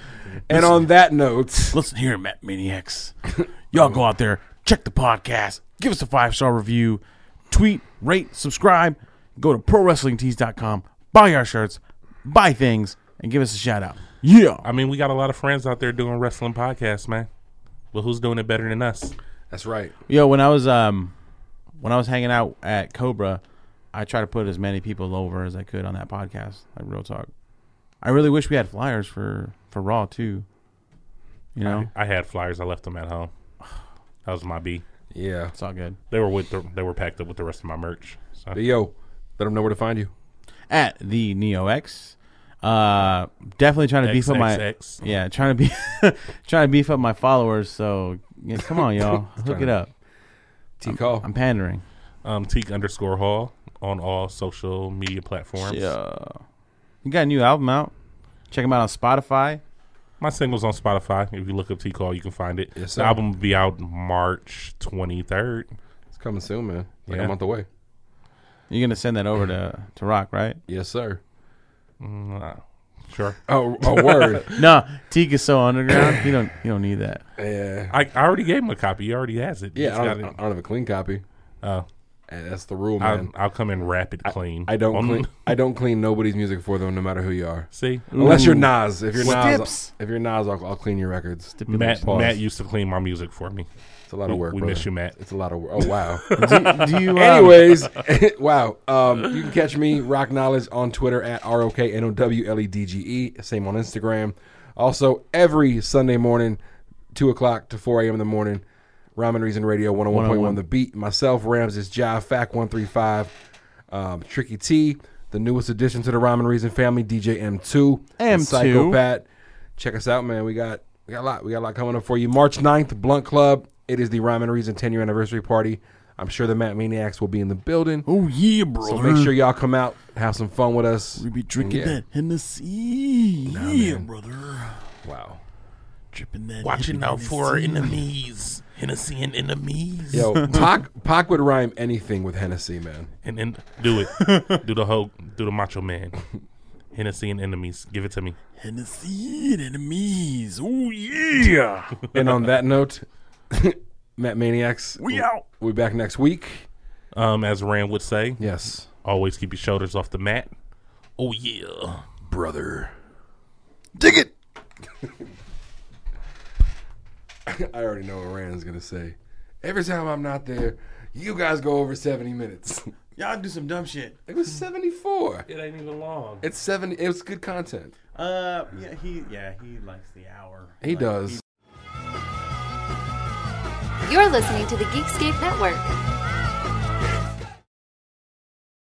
S3: And on that note,
S2: Listen here, Matt Maniacs. Y'all go out there, check the podcast, give us a five star review, tweet, rate, subscribe, go to prowrestlingtees.com, buy our shirts, buy things, and give us a shout out. Yeah.
S5: I mean, we got a lot of friends out there doing wrestling podcasts, man. But who's doing it better than us?
S3: that's right.
S2: Yo, when I was um when I was hanging out at Cobra, I tried to put as many people over as I could on that podcast, like real talk. I really wish we had flyers for for Raw too. You know,
S5: I had flyers. I left them at home. That was my B.
S3: Yeah,
S2: it's all good.
S5: They were with the, they were packed up with the rest of my merch. So.
S3: but yo, let them know where to find you.
S2: at the Neo X. Uh, definitely trying to beef up my
S5: XXX.
S2: yeah, trying to be trying to beef up my followers. So yeah, come on, y'all, hook it up.
S3: T call.
S2: I'm pandering.
S5: Um, Teak underscore Hall on all social media platforms.
S2: Yeah, you got a new album out. Check them out on Spotify.
S5: My singles on Spotify. If you look up Teak Hall, you can find it.
S3: Yes, sir.
S5: the album will be out March twenty third.
S3: It's coming soon, man. Like
S5: Yeah.
S3: a month away.
S2: You're gonna send that over to to Rock, right?
S3: Yes, sir.
S5: Uh, Sure.
S3: Oh, a word.
S2: No, Teak is so underground. You don't you don't need that.
S3: Yeah.
S5: I, I already gave him a copy. He already has it.
S3: Yeah, I
S5: He's
S3: don't, I
S5: got it.
S3: don't have a clean copy.
S5: Oh.
S3: And that's the rule,
S5: I'll,
S3: man.
S5: I'll come and wrap it clean.
S3: I, don't
S5: On-
S3: clean, I don't clean nobody's music for them, no matter who you are.
S5: See,
S3: Unless you're Nas. If you're
S2: Stips.
S3: Nas, if you're Nas, I'll, I'll clean your records.
S5: Matt
S3: Pause.
S5: Matt used to clean my music for me.
S3: It's a lot of work.
S5: we
S3: brother.
S5: miss you, Matt.
S3: It's a lot of work. Oh wow.
S2: Do you? um,
S3: Anyways, wow. Um, you can catch me Rock Knowledge on Twitter at r o k n o w l e d g e. Same on Instagram. Also, every Sunday morning, two o'clock to four a.m. in the morning, Ramen Reason Radio one hundred one point one. The beat. Myself, Rams is Jive Fact one three five. Um, Tricky T, the newest addition to the Ramen Reason family, DJ M two,
S2: M2.
S3: Psychopath. Check us out, man. We got we got a lot. We got a lot coming up for you. March 9th, Blunt Club. It is the Rhyme and Reason 10 year anniversary party. I'm sure the Matt Maniacs will be in the building.
S2: Oh yeah, bro.
S3: So make sure y'all come out, have some fun with us.
S2: we be drinking
S3: Yeah.
S2: that Hennessy. yeah, brother.
S3: Wow.
S2: Dripping that.
S5: Watching out for our enemies, Hennessy and enemies.
S3: Yo, Pac, Pac would rhyme anything with Hennessy, man.
S5: And then do it. do the whole. Do the Macho Man. Hennessy and enemies. Give it to me.
S2: Hennessy and enemies. Oh yeah.
S3: And on that note, Matt Maniacs,
S5: We out.
S3: We'll be back next week.
S5: Um, as Rand would say,
S3: Yes,
S5: always keep your shoulders off the mat. Oh yeah.
S3: brother.
S2: Dig it.
S3: I already know what Rand's gonna say. Every time I'm not there, you guys go over 70 minutes.
S2: Y'all do some dumb shit.
S3: It was 74.
S5: It ain't even long.
S3: It's 70. It was good content.
S2: Uh, yeah, he, yeah, he likes the hour.
S3: He does.
S6: You're listening to the Geekscape Network.